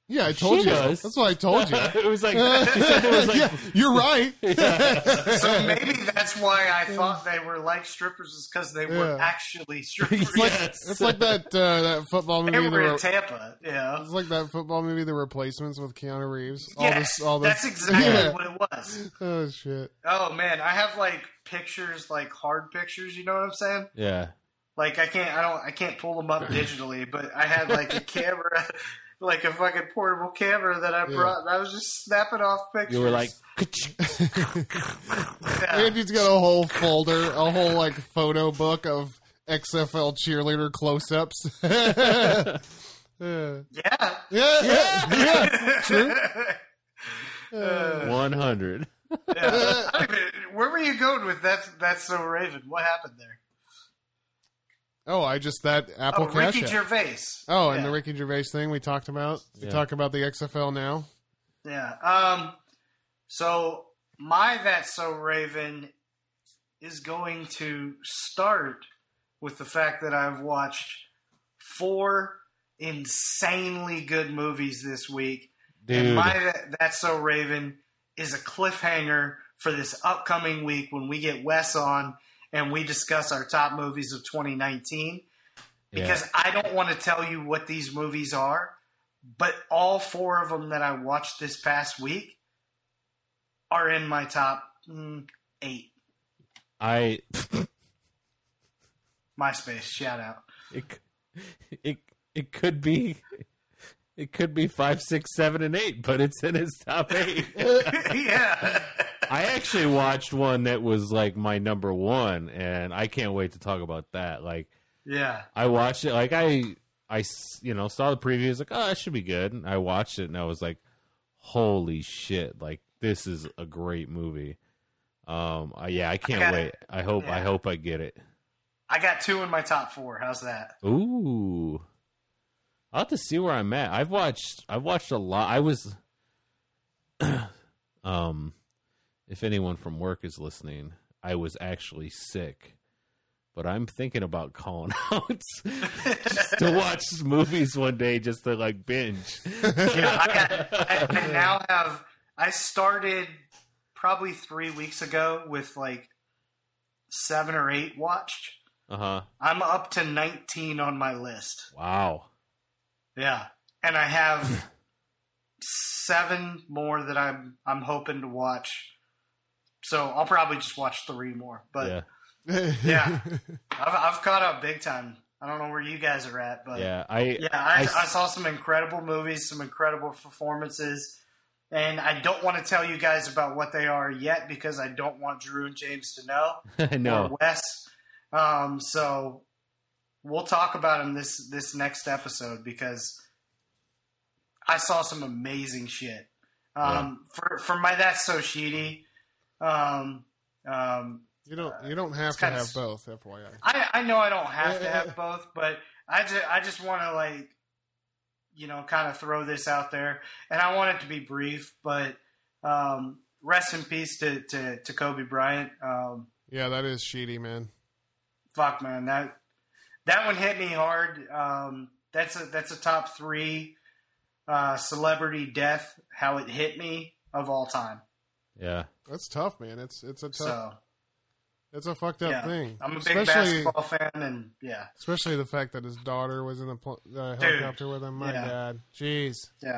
Yeah, I told She you. does. That's what I told you. it was like, she said there was like, yeah, you're right. so maybe that's why i thought they were like strippers is because they were Yeah. actually strippers It's like, it's like that uh, that football they movie. The were in Re- tampa yeah it's like that football movie, The Replacements, with Keanu Reeves. All Yes, this, all this. that's exactly Yeah. what it was. Oh shit! Oh man, I have like pictures, like hard pictures. You know what I'm saying? yeah, Like I can't, I don't, I can't pull them up digitally, but I had like a camera, like a fucking portable camera that I Yeah. brought. And I was just snapping off pictures. you were like, yeah. Andy's got a whole folder, a whole like photo book of XFL cheerleader close-ups. yeah, yeah. yeah, yeah. one hundred. yeah. I mean, where were you going with that? That's so Raven. What happened there? Oh, I just that Apple Oh, Cash. Ricky app. Gervais. oh, and Yeah. the Ricky Gervais thing we talked about. Yeah. We talk about the XFL now. Yeah. Um. So my that's so Raven is going to start with the fact that I've watched four insanely good movies this week, and Dude, my that, that's so Raven is a cliffhanger for this upcoming week when we get Wes on and we discuss our top movies of 2019 yeah. because I don't want to tell you what these movies are, but all four of them that I watched this past week are in my top mm, eight. I MySpace shout out. it c- it it could be it could be five, six, seven, and eight, but it's in his top eight. yeah, I actually watched one that was like my number one, and I can't wait to talk about that. Like yeah, I watched it, like I I s- you know saw the previews, like oh that should be good. And I watched it, and I was like, holy shit! Like this is a great movie. Um, I, yeah, I can't got wait. I hope I Yeah. hope I get it. I got two in my top four. How's that? Ooh. I'll have to see where I'm at. I've watched I've watched a lot. I was um if anyone from work is listening, I was actually sick. But I'm thinking about calling out just to watch movies one day just to like binge. Yeah, I, got, I, I now have. I started probably three weeks ago with like seven or eight watched. Uh-huh. I'm up to 19 on my list. Wow. Yeah, and I have seven more that I'm I'm hoping to watch. So I'll probably just watch three more. But yeah. yeah, I've, I've caught up big time. I don't know where you guys are at, but yeah, Yeah. I I, I, s- saw some incredible movies, some incredible performances, and I don't want to tell you guys about what they are yet because I don't want Drew and James to know I or know. Wes. Um, so we'll talk about him this this next episode because I saw some amazing shit. Um, For for my that's so shitty. Um, um, You don't. You don't have to kinda have s- both. FYI. I, I know I don't have to have both, but I just I just want to like, you know, kind of throw this out there, and I want it to be brief. But um, rest in peace to to, to Kobe Bryant. Um, Yeah, that is shitty, man. fuck, man, that that one hit me hard. Um, that's a that's a top three uh, celebrity death. How it hit me of all time. Yeah. That's tough, man. It's it's a tough. So It's a fucked up yeah, thing. I'm a big especially, basketball fan, and yeah, Especially the fact that his daughter was in the, pl- the Dude. helicopter with him. My Yeah. God, jeez. Yeah,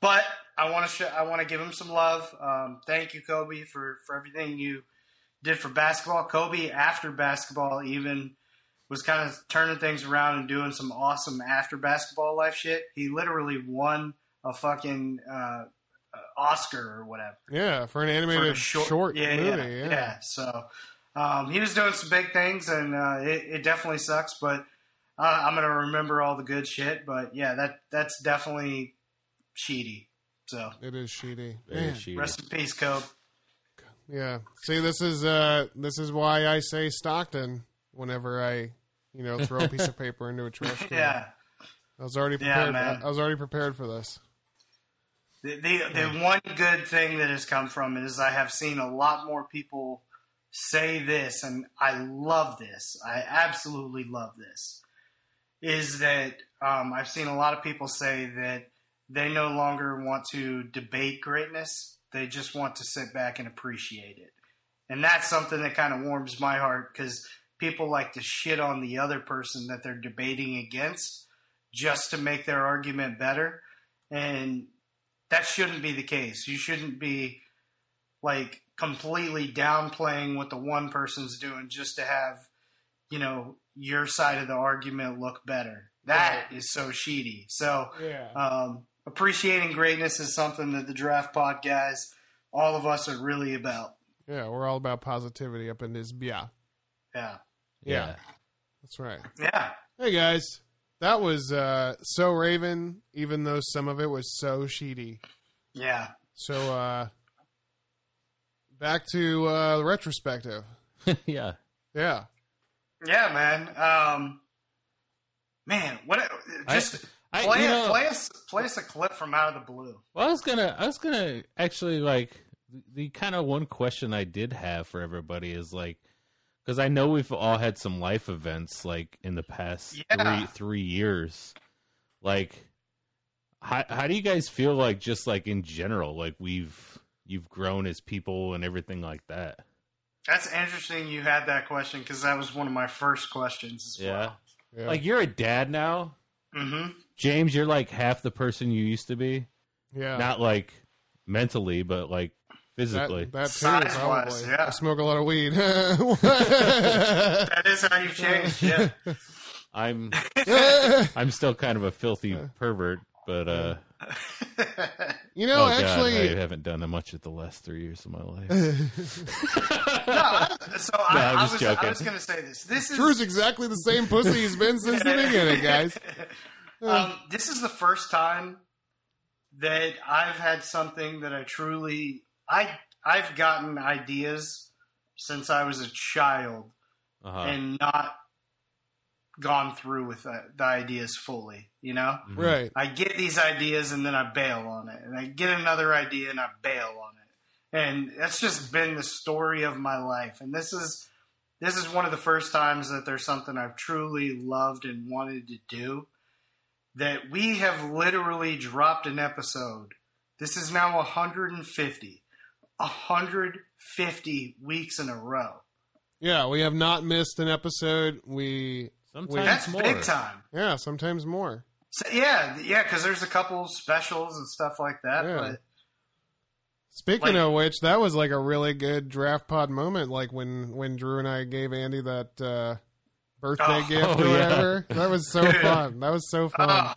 but I want to show, I want to give him some love. Um, thank you, Kobe, for for everything you did for basketball. Kobe, after basketball, even was kind of turning things around and doing some awesome after basketball life shit. He literally won a fucking uh, uh, Oscar or whatever Yeah, for an animated a short, yeah, movie. Yeah, yeah. So um, he was doing some big things, and uh, it, it definitely sucks. But uh, I'm gonna remember all the good shit. But yeah, that that's definitely cheaty. So It is shitty. Very Man, shitty. rest in peace, Kobe. Yeah. See, this is uh, this is why I say Stockton whenever I, you know, throw a piece of paper into a trash can. Yeah. I was already Yeah, prepared. man. I was already prepared for this. The, the, the one good thing that has come from it is I have seen a lot more people say this, and I love this. I absolutely love this. Is that um, I've seen a lot of people say that they no longer want to debate greatness, they just want to sit back and appreciate it. And that's something that kind of warms my heart because people like to shit on the other person that they're debating against just to make their argument better. And that shouldn't be the case. You shouldn't be like completely downplaying what the one person's doing just to have, you know, your side of the argument look better. That is so shitty. So Yeah. um, appreciating greatness is something that the draft pod guys, all of us are really about. Yeah, we're all about positivity up in this bia. Yeah. Yeah. That's right. Yeah. Hey guys, that was uh so Raven, even though some of it was so shitty. Yeah. So uh back to uh the retrospective. Yeah. yeah. Yeah. Yeah, man. Um, man, what I- just I- play, you it- know- play us play us a clip from out of the blue. Well, I was gonna, I was gonna actually like the, the kind of one question I did have for everybody is like, because I know we've all had some life events like in the past Yeah. three three years, like how how do you guys feel like just like in general like we've you've grown as people and everything like that? That's interesting. You had that question because that was one of my first questions. As Yeah, Yeah. like you're a dad now, Well. hmm James. You're like half the person you used to be, yeah. not like mentally, but like that, physically. that too, Size-wise, probably. yeah. I smoke a lot of weed. That is how you change. Yeah. I'm I'm still kind of a filthy pervert, but uh, you know, oh actually God, I haven't done much at the last three years of my life. So I, No, I'm I just was joking. I was going to say this. This is Drew's exactly the same pussy he's been since the beginning, guys. um, this is the first time that I've had something that I truly I I've gotten ideas since I was a child Uh-huh. and not gone through with the, the ideas fully. You know, Mm-hmm. Right. I get these ideas and then I bail on it, and I get another idea and I bail on it, and that's just been the story of my life. And this is this is one of the first times that there's something I've truly loved and wanted to do. That we have literally dropped an episode. This is now 150, 150 weeks in a row. Yeah, we have not missed an episode. We Sometimes That's more. big time. yeah, sometimes more. So, yeah, th- yeah, because there's a couple specials and stuff like that. Yeah. But Speaking Like- of which, that was like a really good draft pod moment, like when when Drew and I gave Andy that uh, birthday Oh, gift or yeah. whatever. That was so fun. That was so fun. oh,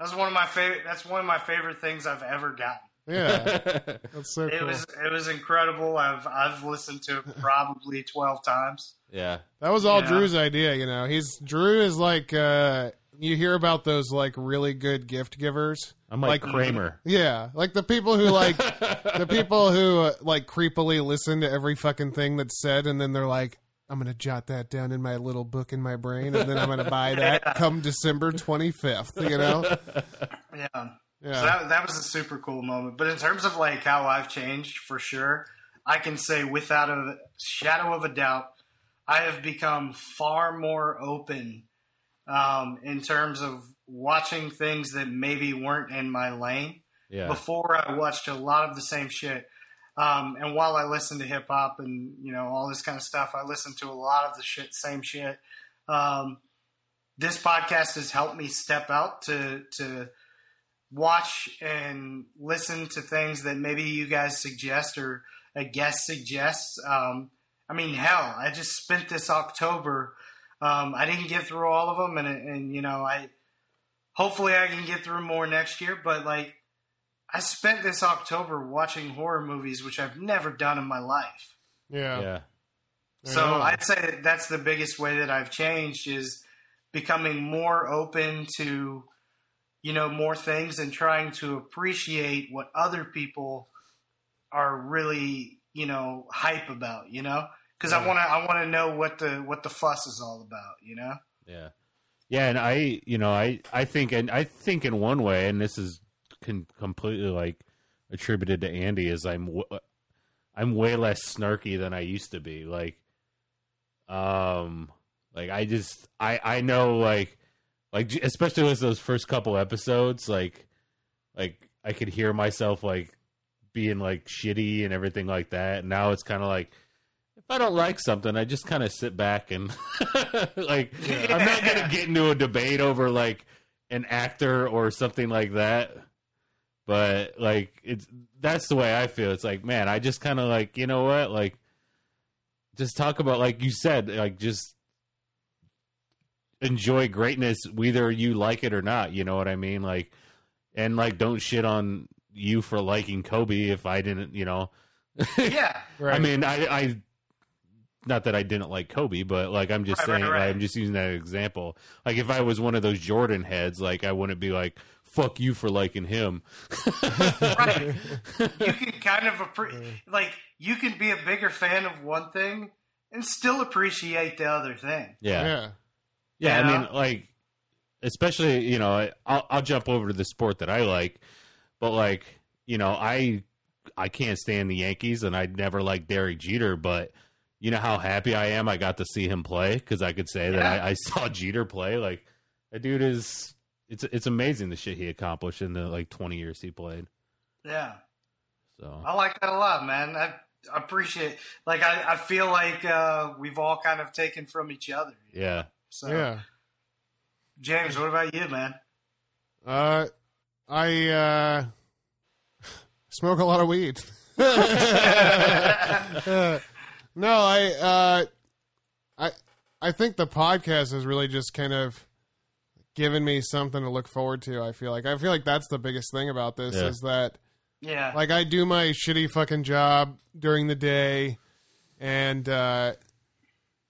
that's one of my favorite. That's one of my favorite things I've ever gotten. yeah, that's so It cool. was it was incredible. I've I've listened to it probably twelve times. yeah. that was all yeah. Drew's idea. You know, he's Drew is like uh, you hear about those like really good gift givers. I'm like Kramer. Yeah, like the people who like the people who uh, like creepily listen to every fucking thing that's said, and then they're like, "I'm gonna jot that down in my little book in my brain, and then I'm gonna buy that come December 25th." You know? Yeah. Yeah. So that, that was a super cool moment. But in terms of like how I've changed for sure, I can say without a shadow of a doubt, I have become far more open um, in terms of watching things that maybe weren't in my lane. Yeah. Before I watched a lot of the same shit. Um, and while I listen to hip hop and you know all this kind of stuff, I listen to a lot of the shit, same shit. Um, this podcast has helped me step out to to watch and listen to things that maybe you guys suggest or a guest suggests. Um, I mean, hell, I just spent this October. Um, I didn't get through all of them, and and you know, I hopefully I can get through more next year. But like, I spent this October watching horror movies, which I've never done in my life. Yeah. Yeah. So Yeah. I'd say that that's the biggest way that I've changed is becoming more open to you know more things and trying to appreciate what other people are really you know hype about you know because I want to I want to know what the what the fuss is all about you know Yeah. Yeah, and I, you know, I, I think, and I think in one way, and this is con- completely like attributed to Andy, is I'm, w- I'm way less snarky than I used to be. Like, um, like I just, I, I know, like, like j- especially with those first couple episodes, like, like I could hear myself like being like shitty and everything like that. And now it's kind of like, if I don't like something, I just kind of sit back and like I'm not gonna get into a debate over like an actor or something like that. But like it's that's the way I feel. It's like man, I just kind of like you know what like just talk about like you said like just enjoy greatness whether you like it or not. You know what I mean? Like and like don't shit on you for liking Kobe if I didn't. You know. yeah Right. I mean, I, I, not that I didn't like Kobe, but like I'm just Right, saying, right, right. like, I'm just using that example. Like if I was one of those Jordan heads, like I wouldn't be like, "Fuck you for liking him." right you can kind of appre- like you can be a bigger fan of one thing and still appreciate the other thing Yeah, yeah. Yeah. I mean, like, especially you know, I- I'll, I'll jump over to the sport that I like, but like you know, I I can't stand the Yankees, and I never liked Derek Jeter, but. You know how happy I am I got to see him play because I could say that Yeah. I, I saw Jeter play. Like that dude is it's it's amazing the shit he accomplished in the like 20 years he played yeah so I like that a lot, man. I appreciate. Like, I, I feel like uh, we've all kind of taken from each other. yeah So, yeah. James, what about you, man? Uh, I uh, smoke a lot of weed. no, I uh, I I think the podcast has really just kind of given me something to look forward to. I feel like I feel like that's the biggest thing about this Yeah. is that Yeah, like I do my shitty fucking job during the day, and uh,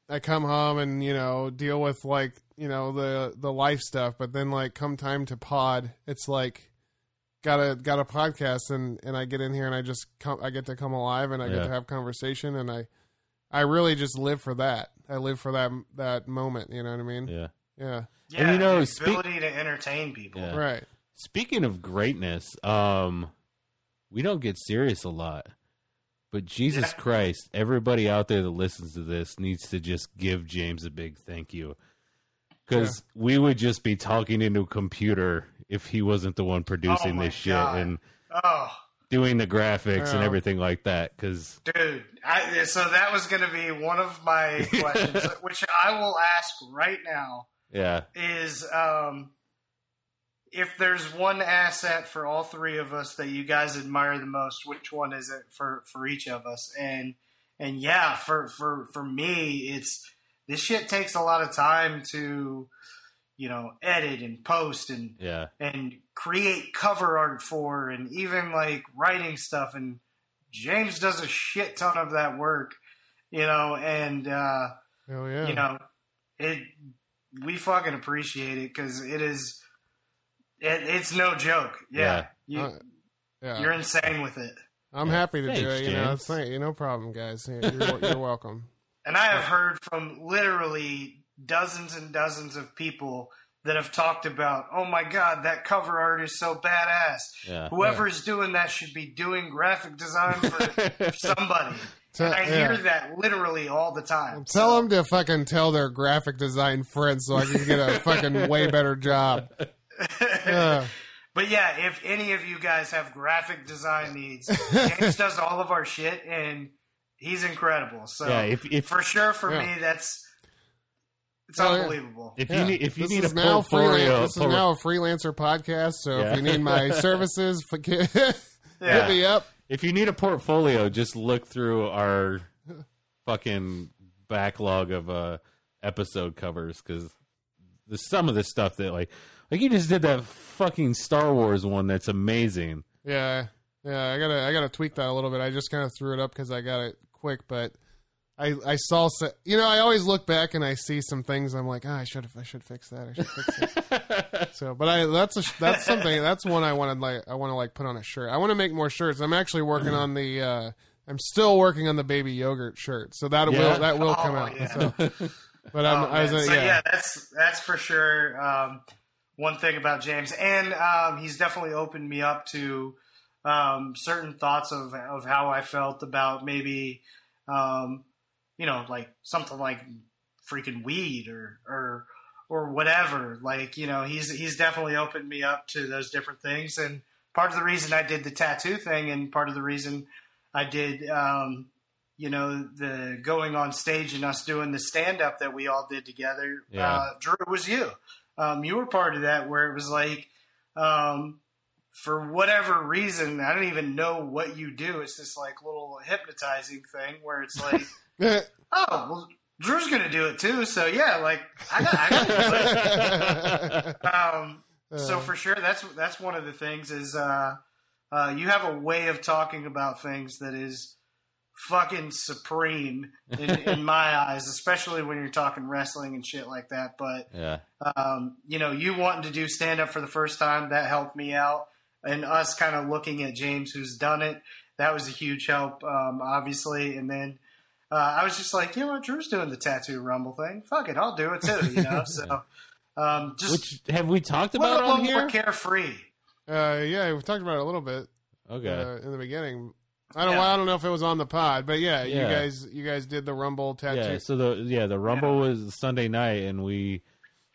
I come home and you know deal with like you know the the life stuff. But then like come time to pod, it's like got a got a podcast, and and I get in here and I just come, I get to come alive and I get Yeah. to have conversation, and I I really just live for that. I live for that that moment. You know what I mean? yeah Yeah. yeah. you know, the speak- ability to entertain people. Yeah. Right. speaking of greatness um we don't get serious a lot but jesus Yeah. christ everybody out there that listens to this needs to just give james a big thank you because we would just be talking into a computer if he wasn't the one producing my this shit God. and Oh, doing the graphics and Yeah. everything like that because dude. I, so that was going to be one of my questions, which I will ask right now. yeah Is um, if there's one asset for all three of us that you guys admire the most, which one is it for for each of us? And and yeah, for for for me, it's this shit takes a lot of time to you know edit and post and yeah and create cover art for and even like writing stuff and James does a shit ton of that work, you know, and uh Hell yeah. you know, it we fucking appreciate it because it is, it, it's no joke. Yeah, You, Uh, yeah. you're insane with it. I'm happy to do Thanks, it. You know, James. thank you. No problem, guys. You're, you're, you're welcome. And I have heard from literally dozens and dozens of people that have talked about, oh my God, that cover art is so badass. Yeah. Whoever's doing that should be doing graphic design for somebody. Tell, And I yeah. hear that literally all the time. Tell them to fucking tell their graphic design friends so I can get a fucking way better job. Yeah. But yeah, if any of you guys have graphic design needs, James does all of our shit and he's incredible. So Yeah, if- if- for sure for Yeah. me that's it's Oh, yeah. unbelievable. If Yeah. you need, if you This need is a now freelance- portfolio, this is por- now a freelancer podcast. So Yeah. if you need my services, f- get- hit me up. if you need a portfolio, just look through our fucking backlog of uh, episode covers because the some of the stuff that like like you just did that fucking Star Wars one that's amazing. Yeah, yeah. I gotta I gotta tweak that a little bit. I just kind of threw it up because I got it quick, but I I saw se- you know I always look back and I see some things I'm like ah I should I should fix that I should fix it. so, but I that's a, sh- that's something that's one I want to like I want to like put on a shirt. I want to make more shirts. I'm actually working on the. uh I'm still working on the baby yogurt shirt, so that Yeah. will that will Oh, come out. yeah. So, but I'm, Oh, I was man. like, so yeah. yeah, that's that's for sure um, one thing about James, and um, he's definitely opened me up to um, certain thoughts of of how I felt about maybe um, you know like something like freaking weed or or or whatever. Like you know he's he's definitely opened me up to those different things, and part of the reason I did the tattoo thing, and part of the reason I did. Um, you know, the going on stage and us doing the stand up that we all did together. Yeah. Uh, Drew it was you. Um, you were part of that where it was like, um, for whatever reason, I don't even know what you do. It's this like little hypnotizing thing where it's like, oh, well, Drew's gonna do it too. So yeah, like I got, I got to do it um, so for sure, that's that's one of the things is uh, uh, you have a way of talking about things that is fucking supreme in, in my eyes, especially when you're talking wrestling and shit like that. But Yeah, um, you know, you wanting to do stand up for the first time that helped me out, and us kind of looking at James who's done it that was a huge help, um, obviously. And then uh, I was just like, you know what, Drew's doing the tattoo rumble thing. Fuck it, I'll do it too. You know, so. Um, just which have we talked a about little on more here? carefree. uh, yeah. We talked about it a little bit. Okay, uh, in the beginning. I don't. Yeah. I don't know if it was on the pod, but yeah, uh, you Yeah. guys, you guys did the Rumble yeah. tattoo. So the yeah the Rumble was Sunday night, and we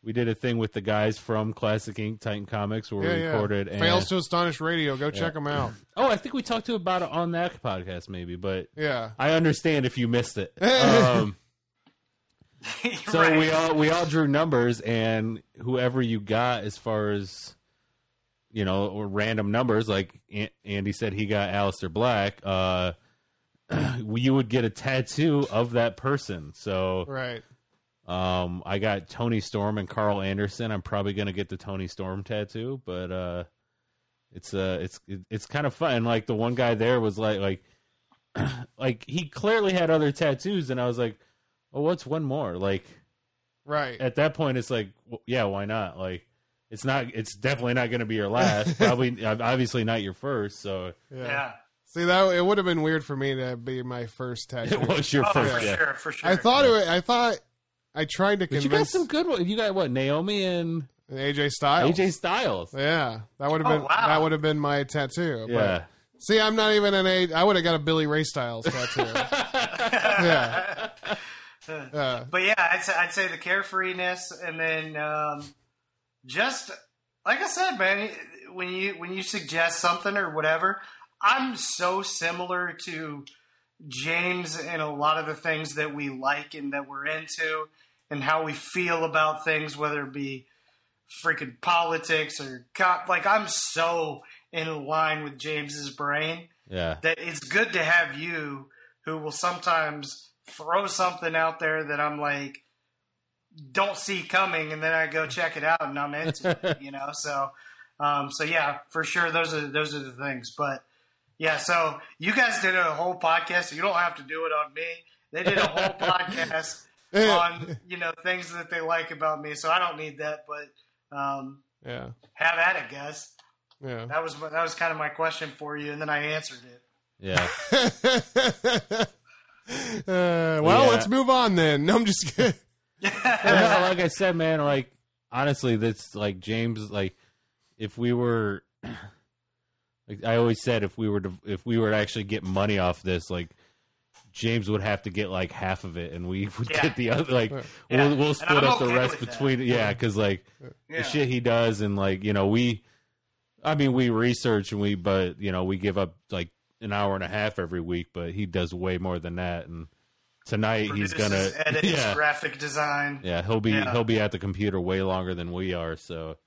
we did a thing with the guys from Classic Ink Titan Comics where Yeah, we yeah. recorded. And, Fails to astonish radio. Go check 'em check them out. oh, I think we talked to about it on that podcast maybe, but Yeah, I understand if you missed it. Um, so Right. we all we all drew numbers, and whoever you got as far as you know or random numbers, like An- Andy said, he got Alistair Black. Uh, you would get a tattoo of that person. So right. um, I got Tony Storm and Carl Anderson. I'm probably gonna get the Tony Storm tattoo, but uh, it's uh, it's it- it's kind of fun. Like the one guy there was like like like he clearly had other tattoos, and I was like, oh, what's one more? Like Right. at that point it's like w yeah why not like it's not it's definitely not going to be your last probably obviously not your first so yeah. yeah. See that it would have been weird for me to be my first tattoo. it was your Oh, for first yeah. sure, for sure. I thought it. wa- I thought I tried to but you got convince some good ones you got what naomi and AJ Styles. aj styles Yeah, that would have Oh, been wow. that would have been my tattoo. but- yeah see, I'm not even an age. I would have got a Billy Ray Styles tattoo. yeah. Uh, But yeah, I'd say, I'd say the carefreeness, and then um, just like I said, man, when you when you suggest something or whatever, I'm so similar to James and a lot of the things that we like and that we're into, and how we feel about things, whether it be freaking politics or cop. Like I'm so in line with James's brain. yeah that it's good to have you who will sometimes throw something out there that I'm like don't see coming and then I go check it out and I'm into it, you know. So um so yeah, for sure those are those are the things. But yeah, so you guys did a whole podcast, so you don't have to do it on me. They did a whole podcast eh, on you know things that they like about me. So I don't need that. But um, Yeah. have at it, Gus. Yeah. That was that was kind of my question for you, and then I answered it. Yeah. Uh, well, Yeah. let's move on then. No, I'm just kidding. Yeah, like I said, man, like honestly, that's like James. Like, if we were, like I always said, if we were to, if we were to actually get money off this, like James would have to get like half of it, and we would Yeah. get the other. Like, Yeah. we'll we'll And split I'm up okay the rest with that. between. Yeah, because like Yeah. the shit he does, and like you know we, I mean we research and we, but you know we give up like an hour and a half every week, but he does way more than that, and. Tonight Produces, he's gonna edits, yeah. graphic design. Yeah, he'll be Yeah. he'll be at the computer way longer than we are. So,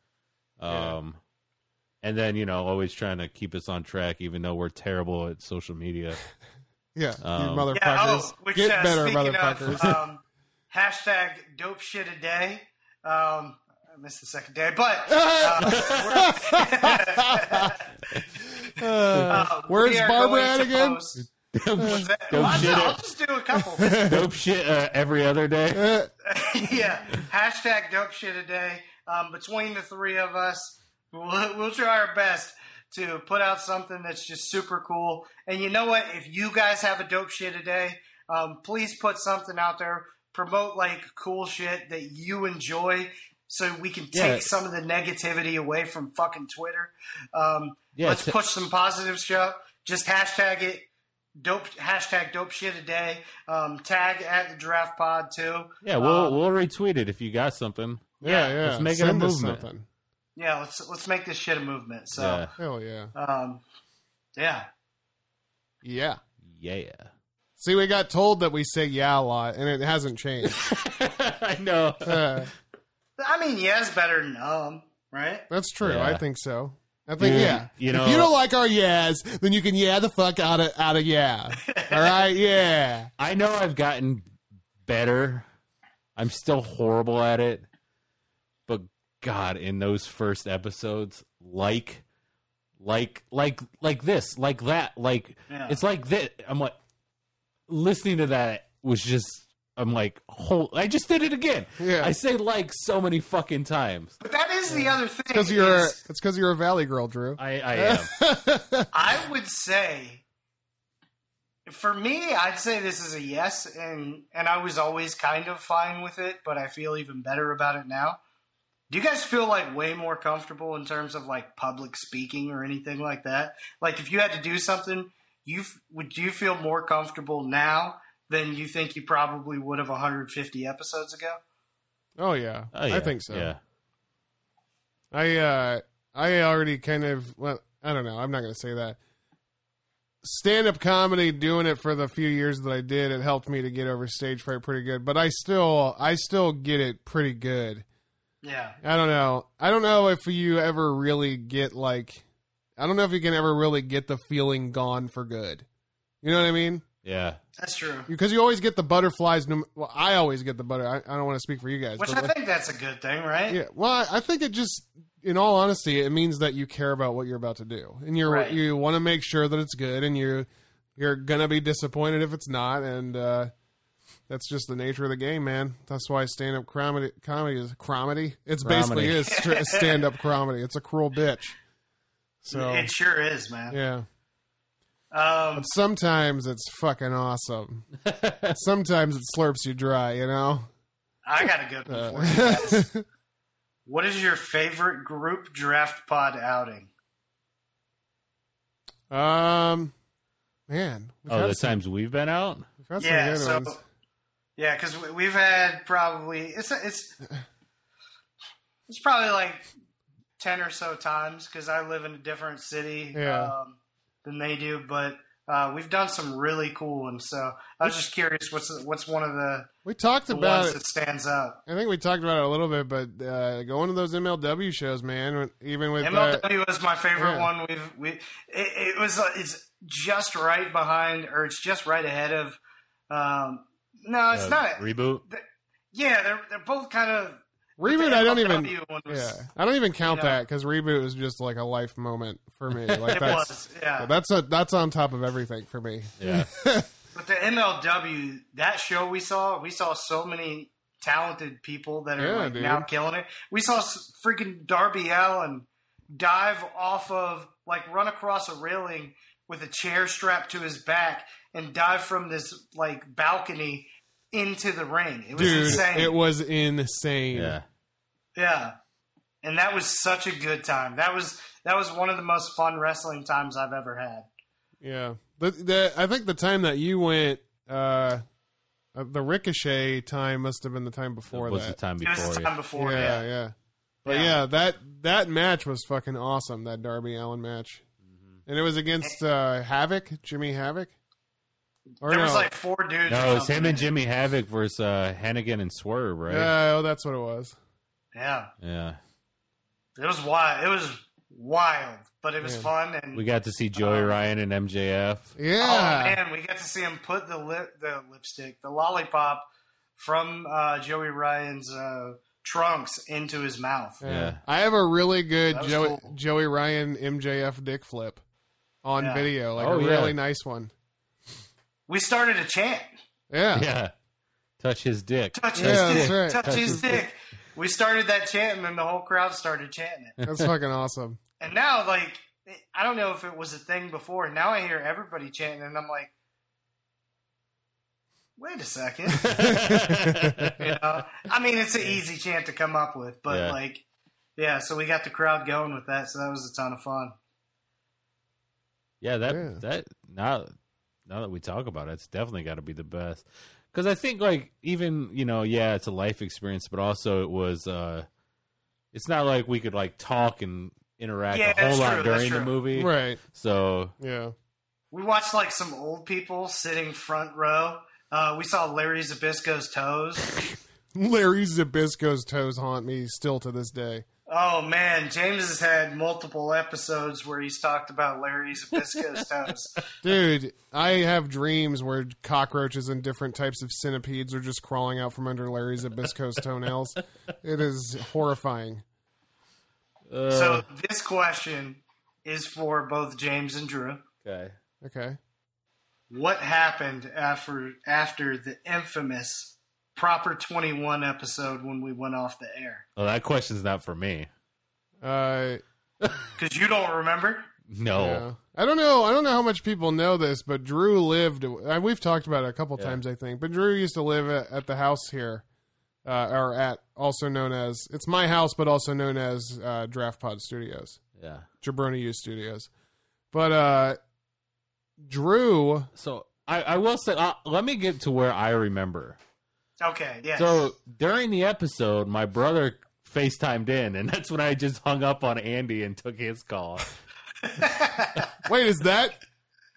Yeah. um, and then you know always trying to keep us on track, even though we're terrible at social media. Yeah, Um, you motherfuckers. Yeah, oh, which, Get uh, better, speaking motherfuckers. Of, um, hashtag dope shit a day. Um, I missed the second day, but uh, we're, uh, Where's we are Barbara going at to again? post- dope, What's that? Dope I'll, shit I'll a- just do a couple. dope shit uh, every other day. Uh, yeah, hashtag dope shit a day. Um, between the three of us, we'll, we'll try our best to put out something that's just super cool. And you know what? If you guys have a dope shit a day, um, please put something out there. Promote like cool shit that you enjoy, so we can take Yeah. some of the negativity away from fucking Twitter. Um, Yeah, let's t- push some positive stuff. Just hashtag it dope hashtag dope shit a day. Um, tag at the draft pod too. Yeah, we'll Um, we'll retweet it if you got something. yeah, yeah. Let's make it a Send us movement. something. yeah, let's let's make this shit a movement. So Yeah. Hell yeah. yeah. um yeah. Yeah. Yeah, See, we got told that we say yeah a lot, and it hasn't changed. I know. Uh, I mean yeah is better than um, right? that's true. Yeah. I think so. I think Dude, yeah. you if know- you don't like our yes, then you can yeah the fuck out of out of yeah. All right, yeah. I know I've gotten better. I'm still horrible at it. But god, in those first episodes, like like like like this, like that, like Yeah. it's like this. I'm like listening to that was just I'm like whole I just did it again. Yeah. I say like so many fucking times. But that is the other thing. Because you're is- it's because you're a valley girl, Drew. I, I am. I would say for me, I'd say this is a yes and and I was always kind of fine with it, but I feel even better about it now. Do you guys feel like way more comfortable in terms of like public speaking or anything like that? Like if you had to do something, you f- would you feel more comfortable now than you think you probably would have 150 episodes ago? Oh yeah. Oh, yeah. I think so. Yeah. I uh I already kind of well I don't know, I'm not gonna say that. Stand up comedy doing it for the few years that I did, it helped me to get over stage fright pretty good. But I still I still get it pretty good. Yeah. I don't know. I don't know if you ever really get like I don't know if you can ever really get the feeling gone for good. You know what I mean? Yeah. That's true. Because you always get the butterflies. no- Well, I always get the butter. I, I don't want to speak for you guys. Which but I like- think that's a good thing, right? yeah. Well, I- I think it just, in all honesty, it means that you care about what you're about to do, and you're Right. you want to make sure that it's good, and you you're gonna be disappointed if it's not, and uh, that's just the nature of the game, man. That's why stand up comedy comedy is comedy. It's basically Cromedy. is stand up comedy. It's a cruel bitch. So It sure is, man. yeah. Um, But sometimes it's fucking awesome. sometimes it slurps you dry, you know. I got a good one for you. Uh, What is your favorite group draft pod outing? um, man. we've had Oh, the some- times we've been out? we've had some yeah, good so ones. yeah, because we've had probably it's it's it's probably like ten or so times because I live in a different city Yeah. um, than they do, but uh, we've done some really cool ones. So I was just curious, what's what's one of the, We talked the about ones it. that stands out? I think we talked about it a little bit, but uh, going to those MLW shows, man, when- even with uh, MLW was my favorite yeah. one. We've we it, it was uh, it's just right behind or it's just right ahead of. Um, no, it's Uh, not. Reboot? Yeah, they're they're both kind of reboot, the I don't MLW even. one was- Yeah, I don't even count you know. that because reboot was just like a life moment for me. Like It that's was, yeah. that's a that's on top of everything for me. Yeah. But the MLW, that show we saw, we saw so many talented people that are Yeah, like dude. now killing it. We saw s- freaking Darby Allen dive off of, like, run across a railing with a chair strapped to his back and dive from this, like, balcony into the ring. It was Dude, insane. it was insane. Yeah. Yeah. And that was such a good time. That was that was one of the most fun wrestling times I've ever had. Yeah. The, the, I think the time that you went, uh, uh, the ricochet time must have been the time before That was that. the time It was before. the yeah. time before, yeah, yeah. yeah. But yeah. Yeah. that that match was fucking awesome. That Darby Allen match, Mm-hmm. and it was against uh, Havoc, Jimmy Havoc. Or There no, was like four dudes. No, or it was him something. and Jimmy Havoc versus uh, Hannigan and Swerve, right? Yeah, oh, that's what it was. Yeah. Yeah. It was wild. It was wild, but it was Yeah. fun and We got to see Joey Uh, Ryan and MJF. Oh Yeah, man, we got to see him put the lip, the lipstick, the lollipop from uh, Joey Ryan's uh, trunks into his mouth. Yeah. I have a really good That was Joey, cool. Joey Ryan MJF dick flip on Yeah. video, like Oh, a yeah. really nice one. We started a chant. Yeah, Yeah. Touch his dick. Touch Yeah, his that's dick. right. Touch, Touch his, his dick. We started that chant and then the whole crowd started chanting it. that's fucking awesome. And now, like, I don't know if it was a thing before. Now I hear everybody chanting, and I'm like, wait a second. you know? I mean, it's an easy chant to come up with, but Yeah. like, yeah. So we got the crowd going with that, so that was a ton of fun. Yeah, that Yeah. that now now that we talk about it, it's definitely got to be the best. Because I think like even you know yeah, it's a life experience, but also it was. uh It's not like we could like talk and interact Yeah, a whole that's lot true, that's during the true. movie, Right? so Yeah. We watched like some old people sitting front row. Uh, we saw Larry Zabisco's toes. Larry Zabisco's toes haunt me still to this day. Oh man, James has had multiple episodes where he's talked about Larry Zabisco's toes. Dude, I have dreams where cockroaches and different types of centipedes are just crawling out from under Larry Zabisco's toenails. It is horrifying. uh, So this question is for both James and Drew. okay. Okay. What happened after after the infamous proper twenty one episode when we went off the air? Well, oh, that question's not for me. Uh, Because you don't remember. No. yeah. I don't know. I don't know how much people know this, but Drew lived. uh, We've talked about it a couple Yeah. times, I think. But Drew used to live at, at the house here, uh, or at also known as it's my house, but also known as uh, Draft Pod Studios. Yeah. Jabroni U Studios. But uh Drew So I, I will say, uh, let me get to where I remember. Okay, yeah. So during the episode, my brother FaceTimed in, and that's when I just hung up on Andy and took his call. Wait, is that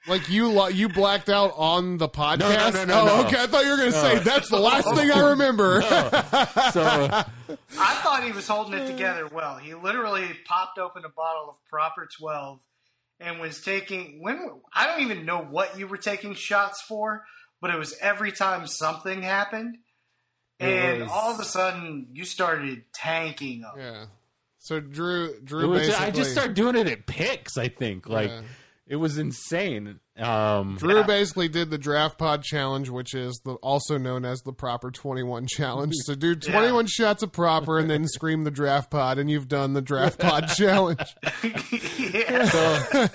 like you lo- you blacked out on the podcast? no, no, no, oh, no. okay. I thought you were going to say that's the last thing I remember. So I thought he was holding it together well. He literally popped open a bottle of Proper 12 and was taking when I don't even know what you were taking shots for, but it was every time something happened. And was- all of a sudden you started tanking up. yeah. So Drew it Drew was, basically I just started doing it at picks. I think like Yeah. it was insane. Um, Drew basically did the draft pod challenge, which is the, also known as the proper 21 challenge. So do 21 shots of proper and then scream the draft pod, and you've done the draft pod challenge. yeah. so,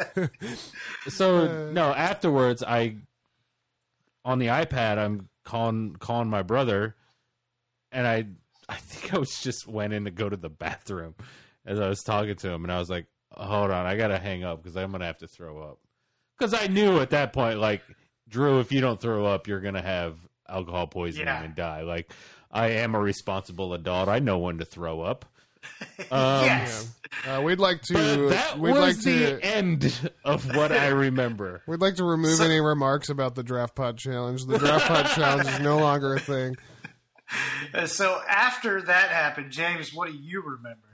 so Uh. no afterwards i on the ipad i'm calling calling my brother and i i think i was just went in to go to the bathroom as i was talking to him and i was like hold on i gotta hang up because i'm gonna have to throw up because i knew at that point like drew if you don't throw up you're gonna have alcohol poisoning Yeah. and die like i am a responsible adult i know when to throw up um, yes. Uh, we'd like to. but that we'd was like the to, end of what I remember. We'd like to remove any remarks about the draft pod challenge. The draft pod challenge is no longer a thing. Uh, So after that happened, James, what do you remember?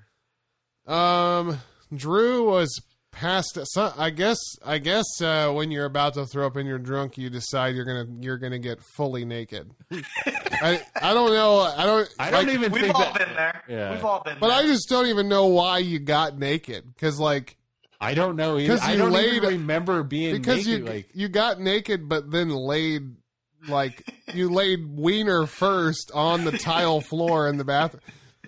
Um, Drew was past. So I guess. I guess uh, when you're about to throw up and you're drunk, you decide you're gonna you're gonna get fully naked. I I don't know. I don't. I don't like- even We've think all that. been there. Yeah. We've all been But there. I just don't even know why you got naked because like I don't know. Either. Because I you don't laid- even remember being because naked. you like you got naked but then laid like you laid wiener first on the tile floor in the bathroom.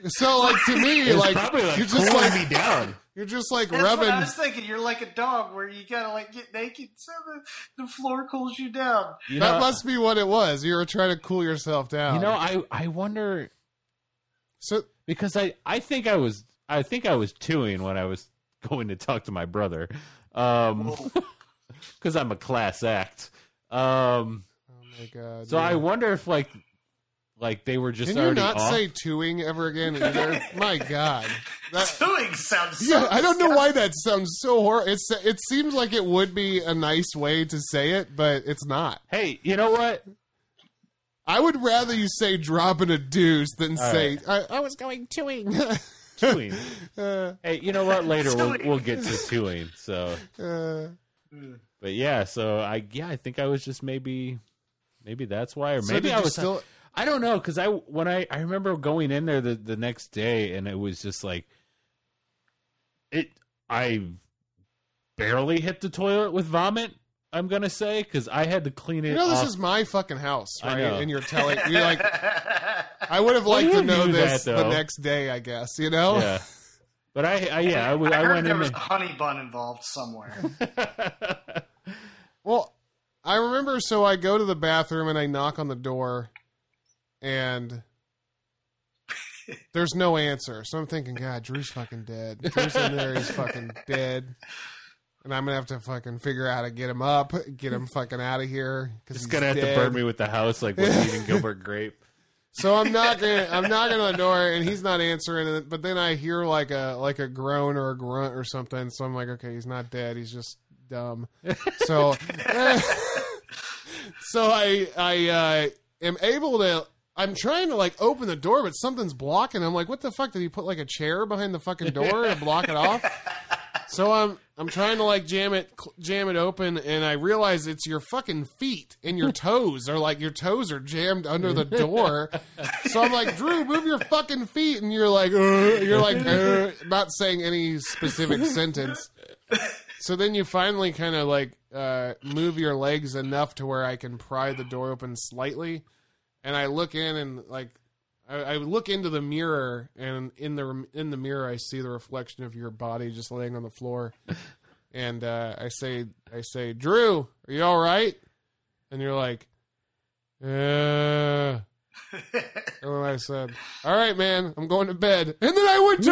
So like to me, It's like, probably like you're just cooling like me down. you're just like That's rubbing. what I was thinking. You're like a dog where you gotta like get naked so the, the floor cools you down. you that know, must be what it was. You were trying to cool yourself down. you know, I I wonder so because I I think I was I think I was chewing when I was going to talk to my brother, um, because I'm a class act. Um, oh my god. so yeah. I wonder if like like they were just can you already not off. say "tooing" ever again either? my god. That, Doing sounds so Yeah, I don't know why that sounds so horrible. It's it seems like it would be a nice way to say it, but it's not. hey, you know what? I would rather you say dropping a deuce than say I, I was going chewing. Chewing. uh, hey, you know what? Later we'll Chewing. we'll get to chewing. So, uh, but yeah, so I yeah I think I was just maybe maybe that's why or so maybe did I you was still. I don't know because I when I I remember going in there the the next day and it was just like it I barely hit the toilet with vomit. I'm gonna say because I had to clean it. You know this off. is my fucking house, uh, I right? know. And you're telling you like I would have liked you to know knew this that, the though. next day, I guess. You know, yeah. But I, I yeah I, w- I I heard went there in was there. a honey bun involved somewhere. Well, I remember. So I go to the bathroom and I knock on the door, and there's no answer. So I'm thinking, God, Drew's fucking dead. Drew's in there. He's fucking dead. And I'm gonna have to fucking figure out how to get him up, get him fucking out of here. Cause Just he's gonna have dead. to burn me with the house like with eating Gilbert Grape. So I'm knocking, I'm knocking on the door, and he's not answering. And but then I hear like a like a groan or a grunt or something. So I'm like, okay, he's not dead. He's just dumb. So, so I I uh, am able to. I'm trying to like open the door, but something's blocking. I'm like, what the fuck? Did he put like a chair behind the fucking door and block it off? So I'm I'm trying to like jam it cl- jam it open, and I realize it's your fucking feet and your toes are like your toes are jammed under the door. So I'm like, Drew, move your fucking feet, and you're like, "Uh," you're like, "Uh," not saying any specific sentence. So then you finally kind of like uh, move your legs enough to where I can pry the door open slightly, and I look in and like. I, I look into the mirror, and in the in the mirror, I see the reflection of your body just laying on the floor. And uh, I say, I say, Drew, are you all right? And you're like, uh. And then I said, "All right, man, I'm going to bed." And then I went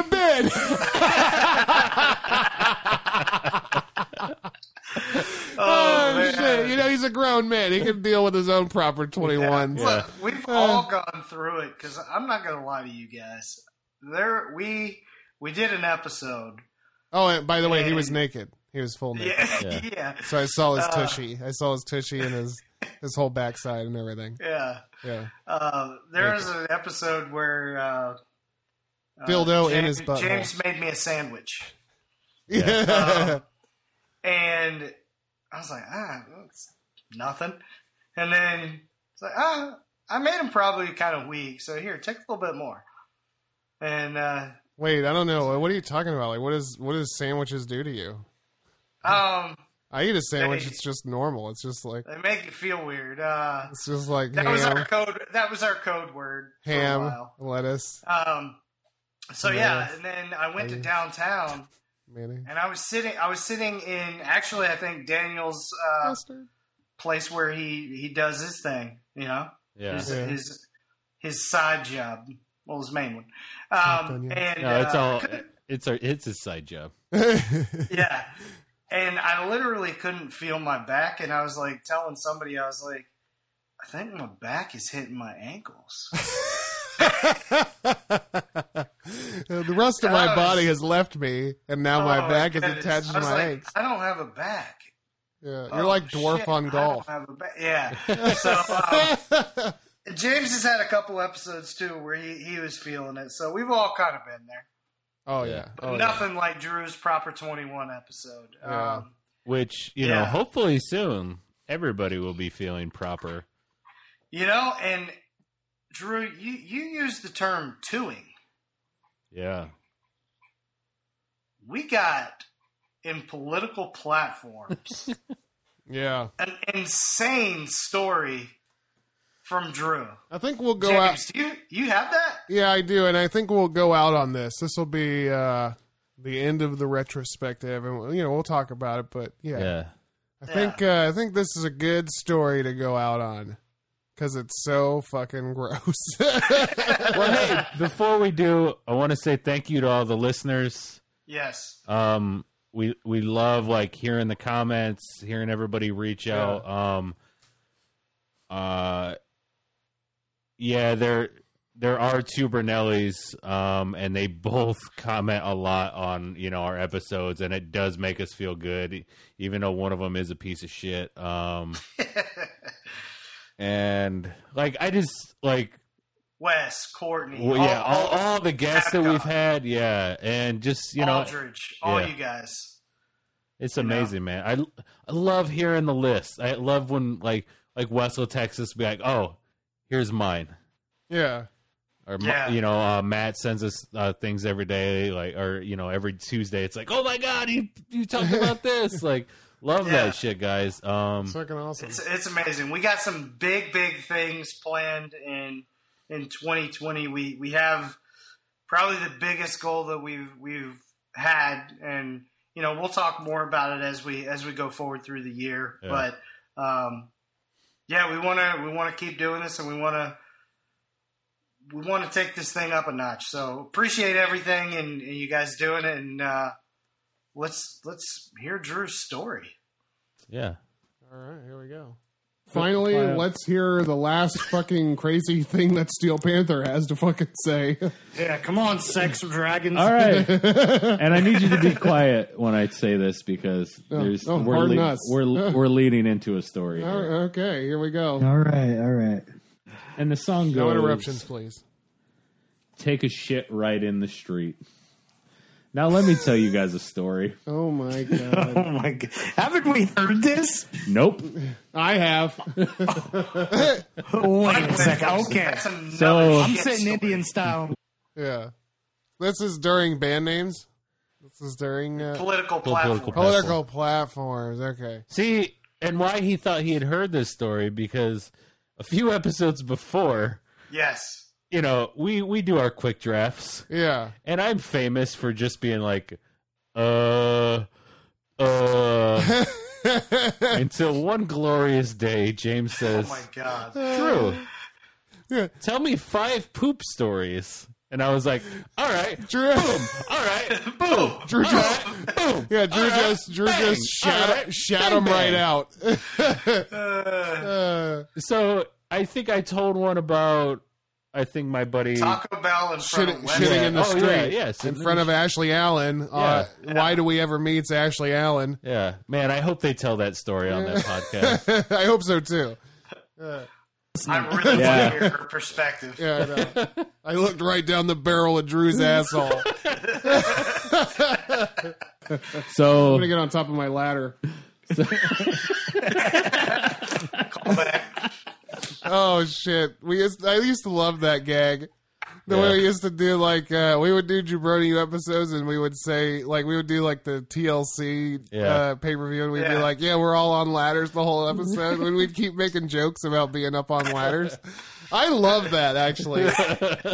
to bed. Oh, man. shit! You know, he's a grown man. He can deal with his own proper twenty-ones. Yeah. Look, we've all gone through it because I'm not going to lie to you guys. There, we we did an episode. Oh, and by the way, he was And- naked. He was full naked. Yeah, Uh. yeah, Yeah. yeah. So I saw his tushy. I saw his tushy and his his whole backside and everything. Yeah, Uh, there was an episode where uh, uh, Dildo in James- his butthole. James made me a sandwich. Um, yeah. And I was like, ah, that's nothing. And then it's like, ah, I made him probably kind of weak. So here, take a little bit more. And uh, Wait, I don't know. What are you talking about? Like, what is what does sandwiches do to you? um, I eat a sandwich. They- It's just normal. It's just like they make you feel weird. Uh, it's just like that was our ham, code. That was our code word. For A ham, while. lettuce, Um, so yeah, Yes. and then I went to Yes. downtown, mayonnaise, and I was sitting. I was sitting in actually, I think Daniel's uh, mustard. place where he he does his thing. You know, Yeah, his, Yeah. his his side job. Well, his main one. Um, Daniel. and no, it's uh, all couldn't- it's our it's his side job. yeah. And I literally couldn't feel my back, and I was like telling somebody, I was like, I think my back is hitting my ankles. the rest of my Gosh. body has left me, and now Oh, my back is goodness. attached I to was my like, legs. I don't have a back. Yeah, Oh, you're like dwarf shit, on I golf. don't have a ba- yeah. So um, James has had a couple episodes too where he, he was feeling it. So we've all kind of been there. oh yeah, But oh, yeah. nothing like Drew's proper twenty one episode. Yeah. Um, Which you know, Yeah. hopefully soon everybody will be feeling proper. you know, and Drew, you you use the term "tooing." Yeah, We got in political platforms. Yeah. An insane story from Drew. I think we'll go James, out. do you you have that? Yeah, I do, and I think we'll go out on this. This will be uh, the end of the retrospective, and you know we'll talk about it. But yeah, Yeah. I think uh, I think this is a good story to go out on because it's so fucking gross. well, hey, before we do, I want to say thank you to all the listeners. Yes. Um, we we love like hearing the comments, hearing everybody reach out. Um, uh, yeah, there there are two Brunellis, um, and they both comment a lot on you know our episodes, and it does make us feel good, even though one of them is a piece of shit. Um, and like I just like Wes, Courtney, well, all- yeah, all, all, the guests that Babcock, we've had, yeah, and just you know, Aldridge, all yeah. you guys. it's amazing, man. I I love hearing the list. I love when like like Wessel Texas be like, oh, here's mine, yeah, or m- Yeah. you know, uh, Matt sends us uh, things every day, like or you know, every Tuesday. It's like, oh my god, you you talked about this, like love Yeah. that shit, guys. Um, it's fucking awesome. Mm-hmm. It's it's amazing. We got some big big things planned in in 2020. We we have probably the biggest goal that we've we've had, and you know we'll talk more about it as we as we go forward through the year. Yeah. But um, yeah, we want to we want to keep doing this, and we want to we want to take this thing up a notch. So appreciate everything and, and you guys doing it, and uh, let's let's hear Drew's story. yeah, All right, here we go. Finally, let's hear the last fucking crazy thing that Steel Panther has to fucking say. Yeah, come on, sex dragons. All right. and I need you to be quiet when I say this because there's oh, we're, pardon lea- us. we're we're leading into a story. All here. right, okay, here we go. All right. All right. And the song goes No interruptions, please. Take a shit right in the street. Now let me tell you guys a story. Oh my god. Oh my god! Haven't we heard this? Nope. I have. Wait a second. Okay, That's another So- I'm shit sitting story. Indian style. Yeah, this is during band names. This is during uh, political platform. political political Oh, platforms. Okay. See, and why he thought he had heard this story because a few episodes before. Yes. you know, we we do our quick drafts, Yeah. and I'm famous for just being like, uh, uh, until one glorious day, James Oh says, my god. "Drew, Yeah. tell me five poop stories," and I was like, "All right, Drew, all right, boom, Drew all just- right, boom." yeah, Drew All right. just, Drew Uh, Bang. just shout, All right. shout Bang, him right bang. out. Uh, Uh, So I think I told one about, I think my buddy. Taco Bell in front shitting, of Wes. shitting in the Oh, street yeah, yes, in in front the- of Ashley Allen. Uh, Why do we ever meets Ashley Allen? yeah, man, I hope they tell that story on that podcast. I hope so too. I really Yeah. want to hear her perspective. Yeah, I, know. I looked right down the barrel of Drew's asshole. I'm So gonna get on top of my ladder. Call back. Oh shit! We used, I used to love that gag. The Yeah. way we used to do like uh, we would do Jabroni episodes, and we would say like we would do like the TLC uh, Yeah. pay per view, and we'd be Yeah. like, "Yeah, we're all on ladders the whole episode," and we'd keep making jokes about being up on ladders. I love that actually.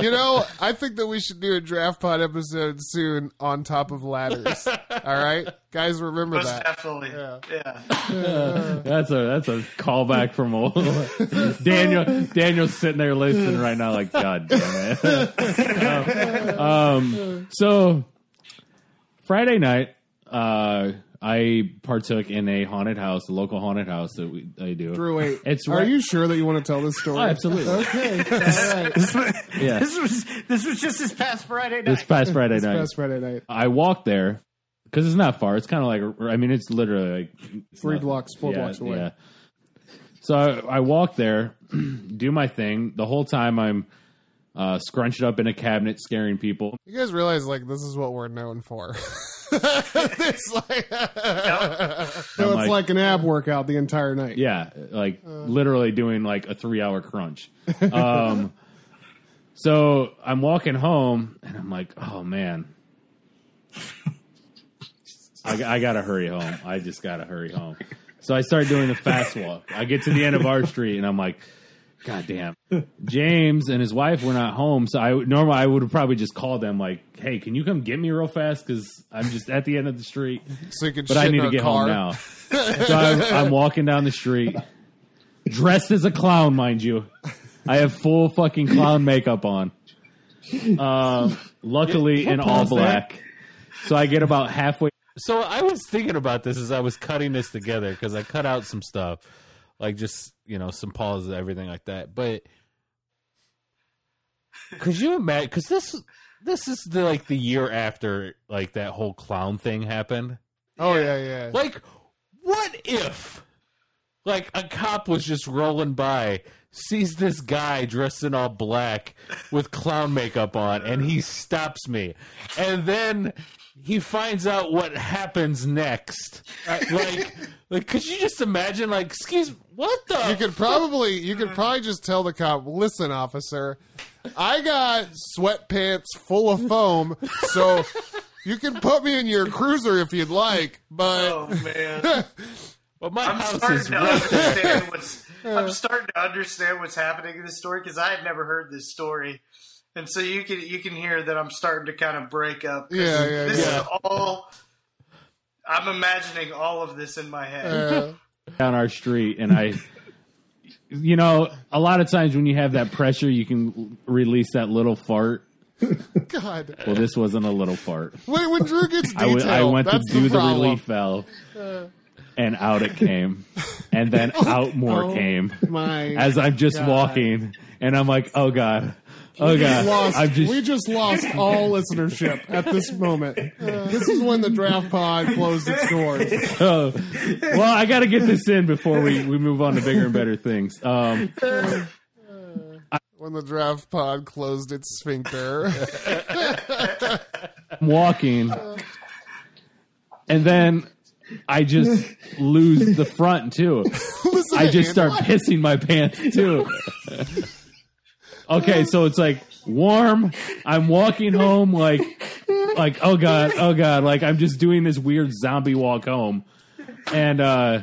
you know, I think that we should do a draft pod episode soon on top of ladders. all right, guys, remember Most that. definitely. Yeah. Yeah. that's a that's a callback from old Daniel. Daniel's sitting there listening right now, like God damn it. um, so Friday night, uh, I partook in a haunted house, a local haunted house that we I do. Drew, wait. It's Are right- you sure that you want to tell this story? Oh, absolutely. Okay. All right. This was, Yeah. this was this was just this past Friday night. This past Friday It's night, past Friday night. I walked there because it's not far. It's kind of like I mean, it's literally like it's Three not- blocks, four blocks away. So I, I walk there, do my thing. The whole time I'm uh, scrunched up in a cabinet, scaring people. You guys realize like this is what we're known for. It's like- So I'm it's like, an ab workout the entire night. yeah, like literally doing like a three hour crunch. Um, so I'm walking home, and I'm like, oh man, I, I gotta hurry home. I just gotta hurry home. So I start doing the fast walk. I get to the end of our street and I'm like, God damn. James and his wife were not home. So I normally I would have probably just called them like, Hey, can you come get me real fast? Cause I'm just at the end of the street. So you can But I shit need in to a get car. home now. So I'm, I'm walking down the street dressed as a clown, mind you. I have full fucking clown makeup on. Um, luckily in all black. So I get about halfway. So I was thinking about this as I was cutting this together because I cut out some stuff, like just you know some pauses, everything like that. But could you imagine? Because this this is the like the year after like that whole clown thing happened. Oh yeah, yeah. Like, what if like a cop was just rolling by, sees this guy dressed in all black with clown makeup on, and he stops me, and then he finds out what happens next. Like, like, could you just imagine? Like, excuse, what the? You could probably you could probably just tell the cop, listen, officer, I got sweatpants full of foam, so you can put me in your cruiser if you'd like, but Oh man, Well, my I'm house starting is to rough. understand what's I'm starting to understand what's happening in this story because I had never heard this story, and so you can you can hear that I'm starting to kind of break up. 'cause Yeah, yeah, This yeah. is all. I'm imagining all of this in my head. uh, down our street and I you know, a lot of times when you have that pressure you can l- release that little fart. God. Well, this wasn't a little fart. When, when Drew gets I, w- detailed, I went to that's do the, the, problem. relief valve and out it came. And then out more oh came My as I'm just God. walking and I'm like, "Oh god. Oh god. lost- I'm just we just lost all listenership at this moment. this is when the draft pod closed its doors. Oh, well, I got to get this in before we, we move on to bigger and better things. Um, When the draft pod closed its sphincter. I'm walking, and then I just lose the front too. Listen I to just Andy. start pissing my pants too. okay, so it's like warm. I'm walking home like like oh god, oh god, like I'm just doing this weird zombie walk home. And uh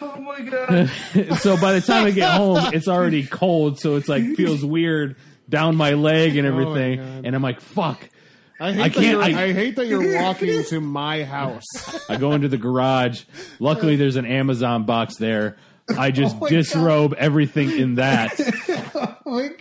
Oh my god! so by the time I get home, it's already cold, so it's like feels weird down my leg and everything. Oh, God. and I'm like, fuck. I hate, I that can't- you're, I- I, hate that you're walking to my house. I go into the garage. Luckily, there's an Amazon box there. I just disrobe everything in that.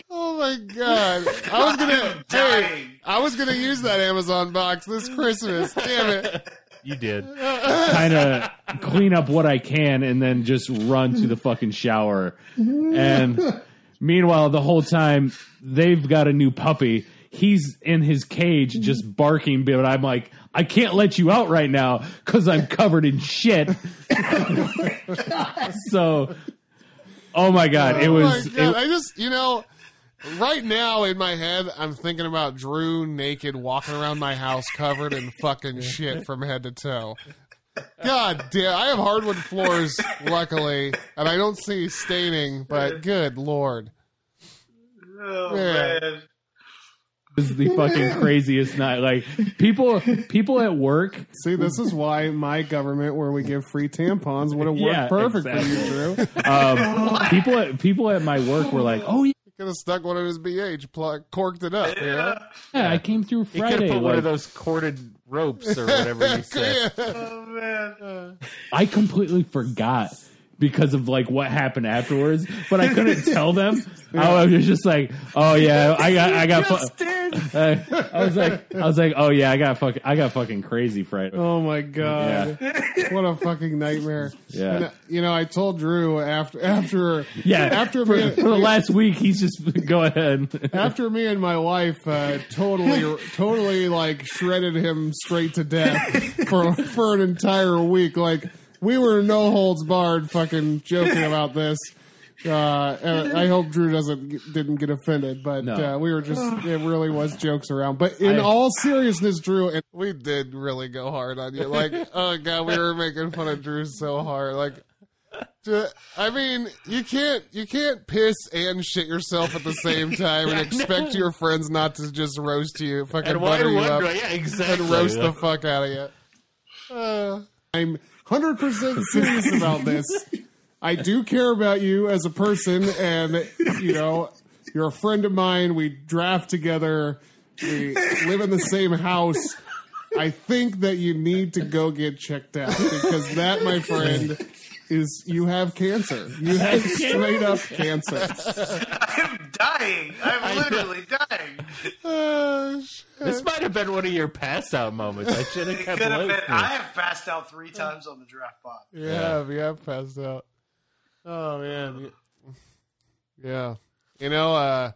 Oh my god! I was gonna, hey, dying. I was gonna use that Amazon box this Christmas. Damn it! You did. kind of clean up what I can and then just run to the fucking shower. And meanwhile, the whole time they've got a new puppy. He's in his cage just barking, but I'm like, I can't let you out right now because I'm covered in shit. Oh so, oh my god, it oh was. my god! it- I just, you know, right now in my head, I'm thinking about Drew naked walking around my house covered in fucking shit from head to toe. God damn! I have hardwood floors, luckily, and I don't see staining. But good lord! Oh Yeah. man! was the fucking craziest night. Like people, people at work See, this is why my government, where we give free tampons, would have worked Yeah, perfect for you, Drew. um, people at people at my work were like, "Oh yeah, Could have stuck one in his BH, plug, corked it up. You know? I came through He could have Friday." put one like, of those corded ropes or whatever you said. Oh man! I completely forgot because of like what happened afterwards, but I couldn't tell them. I was just like, "Oh yeah, I got I got." Fu- I, I was like, I was like, "Oh yeah, I got fucking I got fucking crazy Friday." Oh my god! What a fucking nightmare. Yeah. And, uh, you know, I told Drew after after Yeah, after for, me for the last week, he's just go ahead. after me and my wife uh, totally totally like shredded him straight to death for for an entire week. Like we were no holds barred, fucking joking about this. Uh, and I hope Drew doesn't didn't get offended, but No. uh, we were just it really was jokes around. But in I- all seriousness, Drew, and we did really go hard on you. Like, oh god, we were making fun of Drew so hard. Like, ju- I mean, you can't you can't piss and shit yourself at the same time and expect your friends not to just roast you, fucking And butter one you up, wonder, yeah, exactly. and roast the fuck out of you. Uh, I'm 100% serious about this. I do care about you as a person, and, you know, you're a friend of mine. We draft together, we live in the same house. I think that you need to go get checked out because that, my friend, is you have cancer. You have straight up cancer. I'm dying. I'm literally dying. Oh, This might have been one of your pass out moments. I should have It kept could have been. listening. I have passed out three times on the draft pod. you have, you have passed out. Oh man, yeah. You know, uh,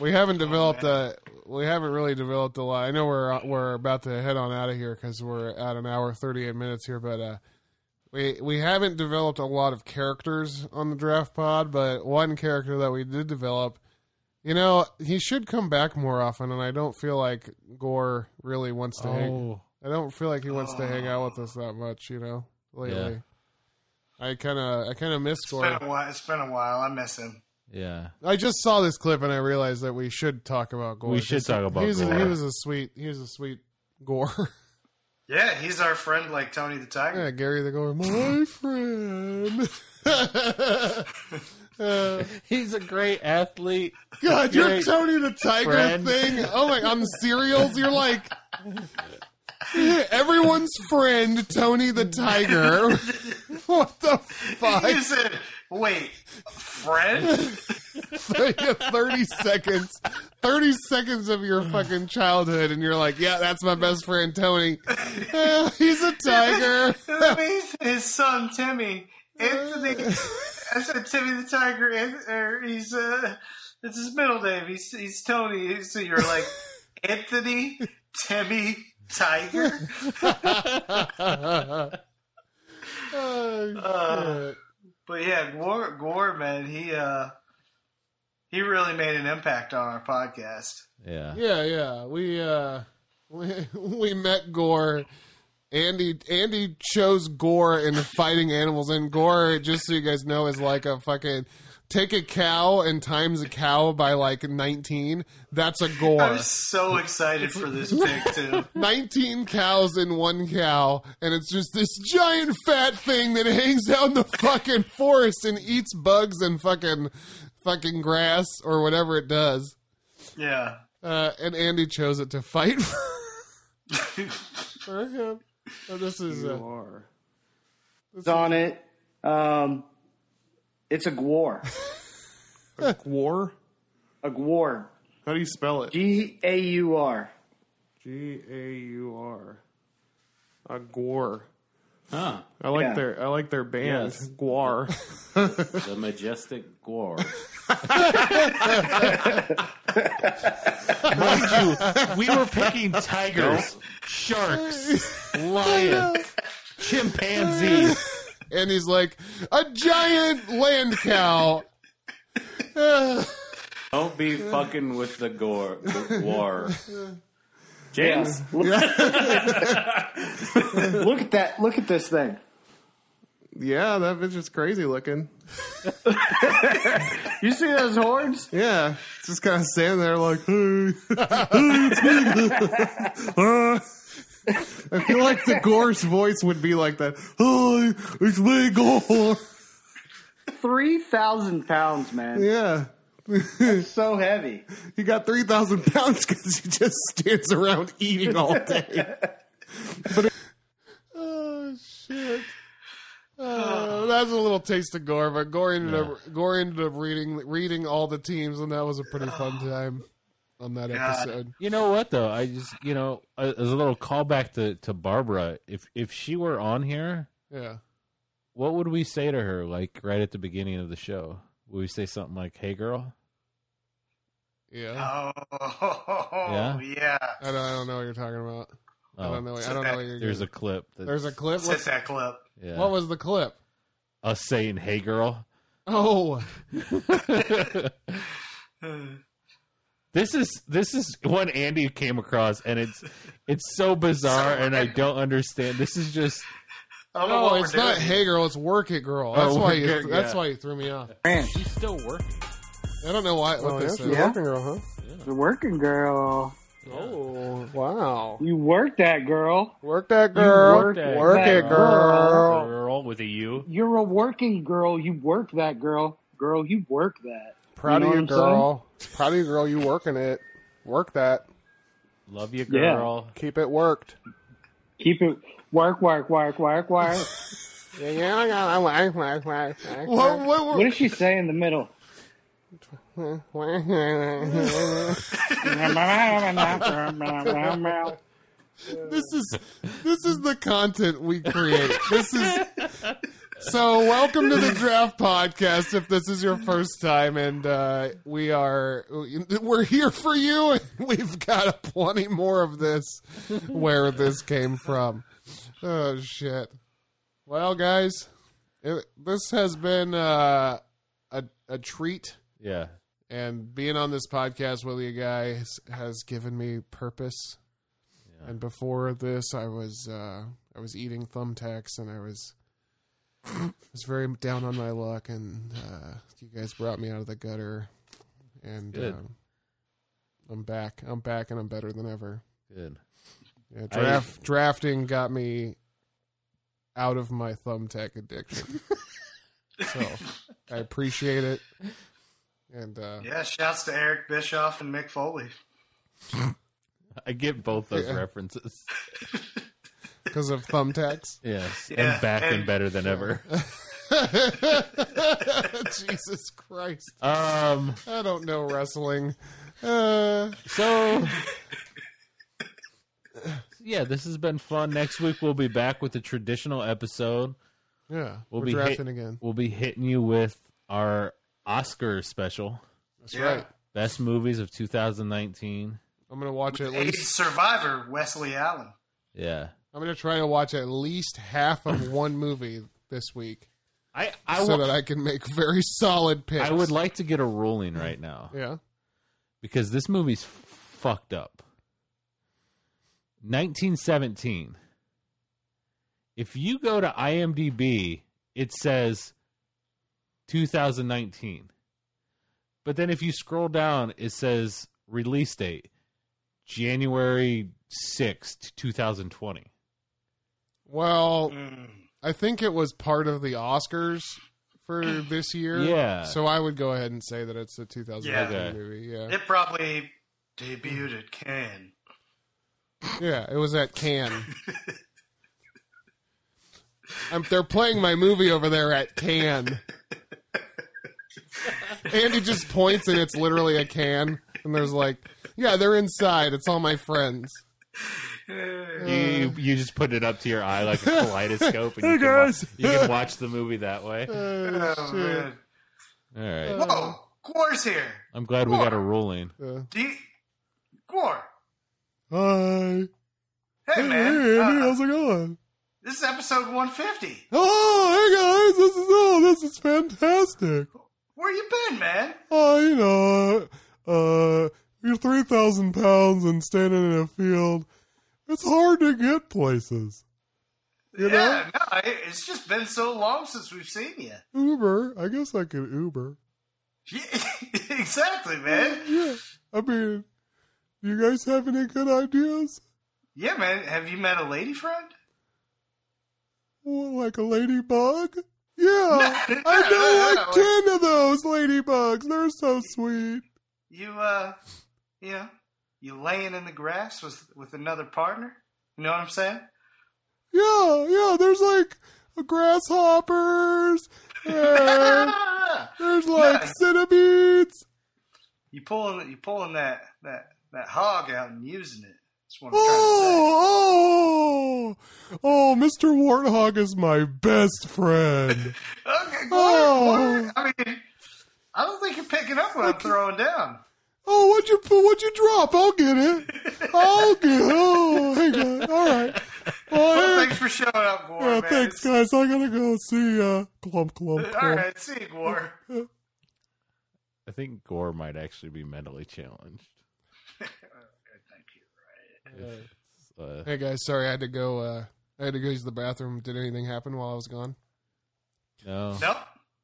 we haven't developed a, we haven't really developed a lot. I know we're uh, we're about to head on out of here because we're at an hour thirty eight minutes here, but uh, we we haven't developed a lot of characters on the draft pod. But one character that we did develop, you know, he should come back more often, and I don't feel like Gore really wants to hang. Oh, I don't feel like he wants to hang out with us that much, you know, lately. I kind of I kind of miss It's been Gore. a while. It's been a while. I miss him. yeah. I just saw this clip and I realized that we should talk about Gore. We should talk about he's A, he Gore. was a sweet he was a sweet Gore. Yeah, he's our friend, like Tony the yeah, Tiger. Gary the Gore, my friend. Uh, He's a great athlete. God, your Great Tony the Tiger friend. thing. Oh my, on serials, you're like everyone's friend, Tony the Tiger. what the fuck? You said, "Wait, friend? 30 seconds 30 seconds of your fucking childhood and you're like yeah that's my best friend tony Eh, he's a tiger That means his son Timmy, Anthony." I said, "Timmy the Tiger." Anth- Or he's uh, it's his middle name. He's he's Tony. So you're like Anthony, Timmy, Tiger. Oh, shit. But yeah, Gore, Gore, man, he uh, he really made an impact on our podcast. Yeah. yeah yeah we uh we, we met gore Andy Andy chose gore in fighting animals and gore just so you guys know is like a fucking take a cow and times a cow by like 19 that's a gore I'm so excited for this pick too. 19 cows in one cow, and it's just this giant fat thing that hangs out in the fucking forest and eats bugs and fucking fucking grass or whatever it does. Yeah. Uh, and Andy chose it to fight for, for him. So this is uh, It's on it. Um, it's a gwar. War? A gwar. How do you spell it? G A U R. G A U R. A gore. Huh. I like Yeah. their I like their band Yes. Guar. The majestic gore. We were picking tigers, sharks, lions, chimpanzees. and he's like a giant land cow. Don't be fucking with the gore. The war. James, Look at that. Look at this thing. yeah, that bitch is crazy looking. You see those horns? Yeah, just kind of standing there like, hey, hey, it's me." Uh, I feel like the Gore's voice would be like that. Hey, it's me, Gore. Three thousand pounds, man. Yeah, So heavy. he got three thousand pounds because he just stands around eating all day. Oh shit. Uh, that's a little taste of gore, but gore ended up gore ended up reading reading all the teams, and that was a pretty fun time on that episode. You know what though? I just you know as a little callback to to Barbara. If if she were on here, Yeah, what would we say to her? Like right at the beginning of the show, would we say something like, "Hey, girl"? yeah. Oh, Yeah? yeah. I don't, I don't know what you're talking about. I don't know. I don't know what you're. Oh, There's a clip. That, there's a clip. Let's hit What, that clip. yeah. what was the clip? us saying, "Hey, girl"? Oh, This is this is one Andy came across, and it's it's so bizarre, and I don't understand. This is just I Oh, don't know no, what Oh, it's we're not doing. "Hey Girl," it's "Work It Girl." That's why Oh, Work you. It, That's yeah. why you threw me off. she's still working. Oh, I don't know why. What this is. Yeah. Girl, huh? The working girl. Oh, wow. You worked that girl. Work that girl. worked that Work it, girl. Girl with a U. You're a working girl. You work that girl. Girl, you work that. Proud You of know you, what I'm girl. Proud of you, girl. You working it. Work that. Love you, Yeah. girl. Keep it worked. Keep it work, work, work, work, work. Yeah, yeah, yeah. Work, work, work, work, what, work. does she say in the middle? this is this is the content we create. This is so. Welcome to the Draft Podcast. If this is your first time, and uh, we are we're here for you, and we've got plenty more of this. Where this came from? Oh shit! Well, guys, it, this has been uh, a a treat Yeah. and being on this podcast with you guys has given me purpose. And before this, I was uh, I was eating thumbtacks, and I was I was very down on my luck, and uh, you guys brought me out of the gutter, and Good. um, I'm back. I'm back, and I'm better than ever. Good. Yeah, I- draft drafting got me out of my thumbtack addiction, so I appreciate it. And uh, Yeah, shouts to Eric Bischoff and Mick Foley. I get both those Yeah. references. because of thumbtacks. Yes. Yeah, And back and, and- better than ever. Jesus Christ! Um I don't know wrestling. Uh, so Yeah, this has been fun. Next week we'll be back with the traditional episode. yeah, We'll we're be drafting hit- again. We'll be hitting you with our Oscar special. That's Yeah. right. Best movies of 2019. I'm gonna watch at Eight least. survivor Wesley Allen. Yeah. I'm gonna try to watch at least half of one movie this week, I I, so wa- that I can make very solid picks. I would like to get a ruling right now. Yeah. because this movie's fucked up. 1917. If you go to IMDb, it says 2019. But then if you scroll down, it says release date January 6th, 2020. Well, Mm. I think it was part of the Oscars for this year. Yeah. So I would go ahead and say that it's a 2019 Yeah. Okay. movie. Yeah. It probably debuted at Cannes. Yeah. It was at Cannes. I'm, they're playing my movie over there at Cannes. Andy just points and it's literally a can. And there's like, yeah, they're inside. It's all my friends. You, you just put it up to your eye like a kaleidoscope, and you, can watch, you can watch the movie that way. Oh, man. All right. Whoa, Gore's here. I'm glad we got a ruling. Uh, Do you... Gore. hi. Hey, Hey, man. Andy, Uh, how's it going? this is episode 150. Oh, hey guys, this is oh, this is fantastic. Where you been, man? Oh, you know, uh, you're three thousand pounds and standing in a field. It's hard to get places. You know, Yeah, no, it- it's just been so long since we've seen you. Uber. I guess I could Uber. Yeah, exactly, man. Yeah, I mean, you guys have any good ideas? Yeah, man. Have you met a lady friend? What, like a ladybug? Yeah, I know like ten of those ladybugs. They're so sweet. You, uh, you know, you laying in the grass with with another partner. You know what I'm saying? Yeah, yeah. There's like grasshoppers. And there's like Nice. centipedes. you pulling you pulling that that that hog out and using it. That's what I'm trying to say. Oh, oh, oh! Mr. Warthog is my best friend. Okay, Gordon, Oh. Gordon, I mean, I don't think you're picking up what I'm throwing down. Oh, what'd you what'd you drop? I'll get it. I'll get. Oh, hey guys, all right. Well, Oh, hey, thanks for showing up, Gore. yeah, man. Oh, thanks, It's- guys. I gotta go see. Uh, clump, clump, All clump. right, see you, Gore. I think Gore might actually be mentally challenged. If, uh, Hey guys, sorry I had to go. Uh, I had to go use the bathroom. Did anything happen while I was gone? no, Nope.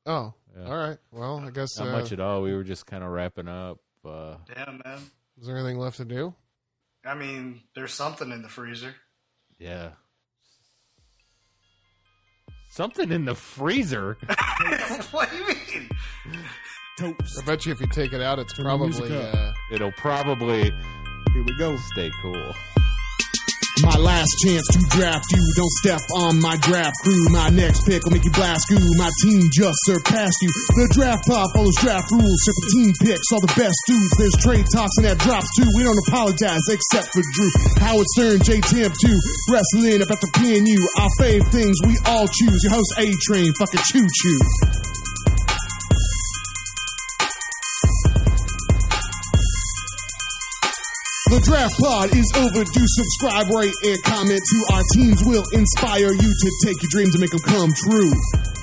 Oh, Yeah. all right. Well, I guess. not uh, much at all. We were just kind of wrapping up. Uh, Damn, man. Is there anything left to do? I mean, there's something in the freezer. Yeah. Something in the freezer. what do you mean? I bet you if you take it out, it's probably. Uh, It'll probably. Here we go. Stay cool. My last chance to draft you. Don't step on my draft crew. My next pick will make you blast goo. My team just surpassed you. The draft pod follows draft rules. 17 picks, all the best dudes. There's trade talks and that drops too. We don't apologize except for Drew. Howard Stern, J Temp too. Wrestling up at the PNU. Our fave things we all choose. Your host A Train, fucking choo choo. The draft pod is overdue. Subscribe, rate, and comment to our teams will inspire you to take your dreams and make them come true.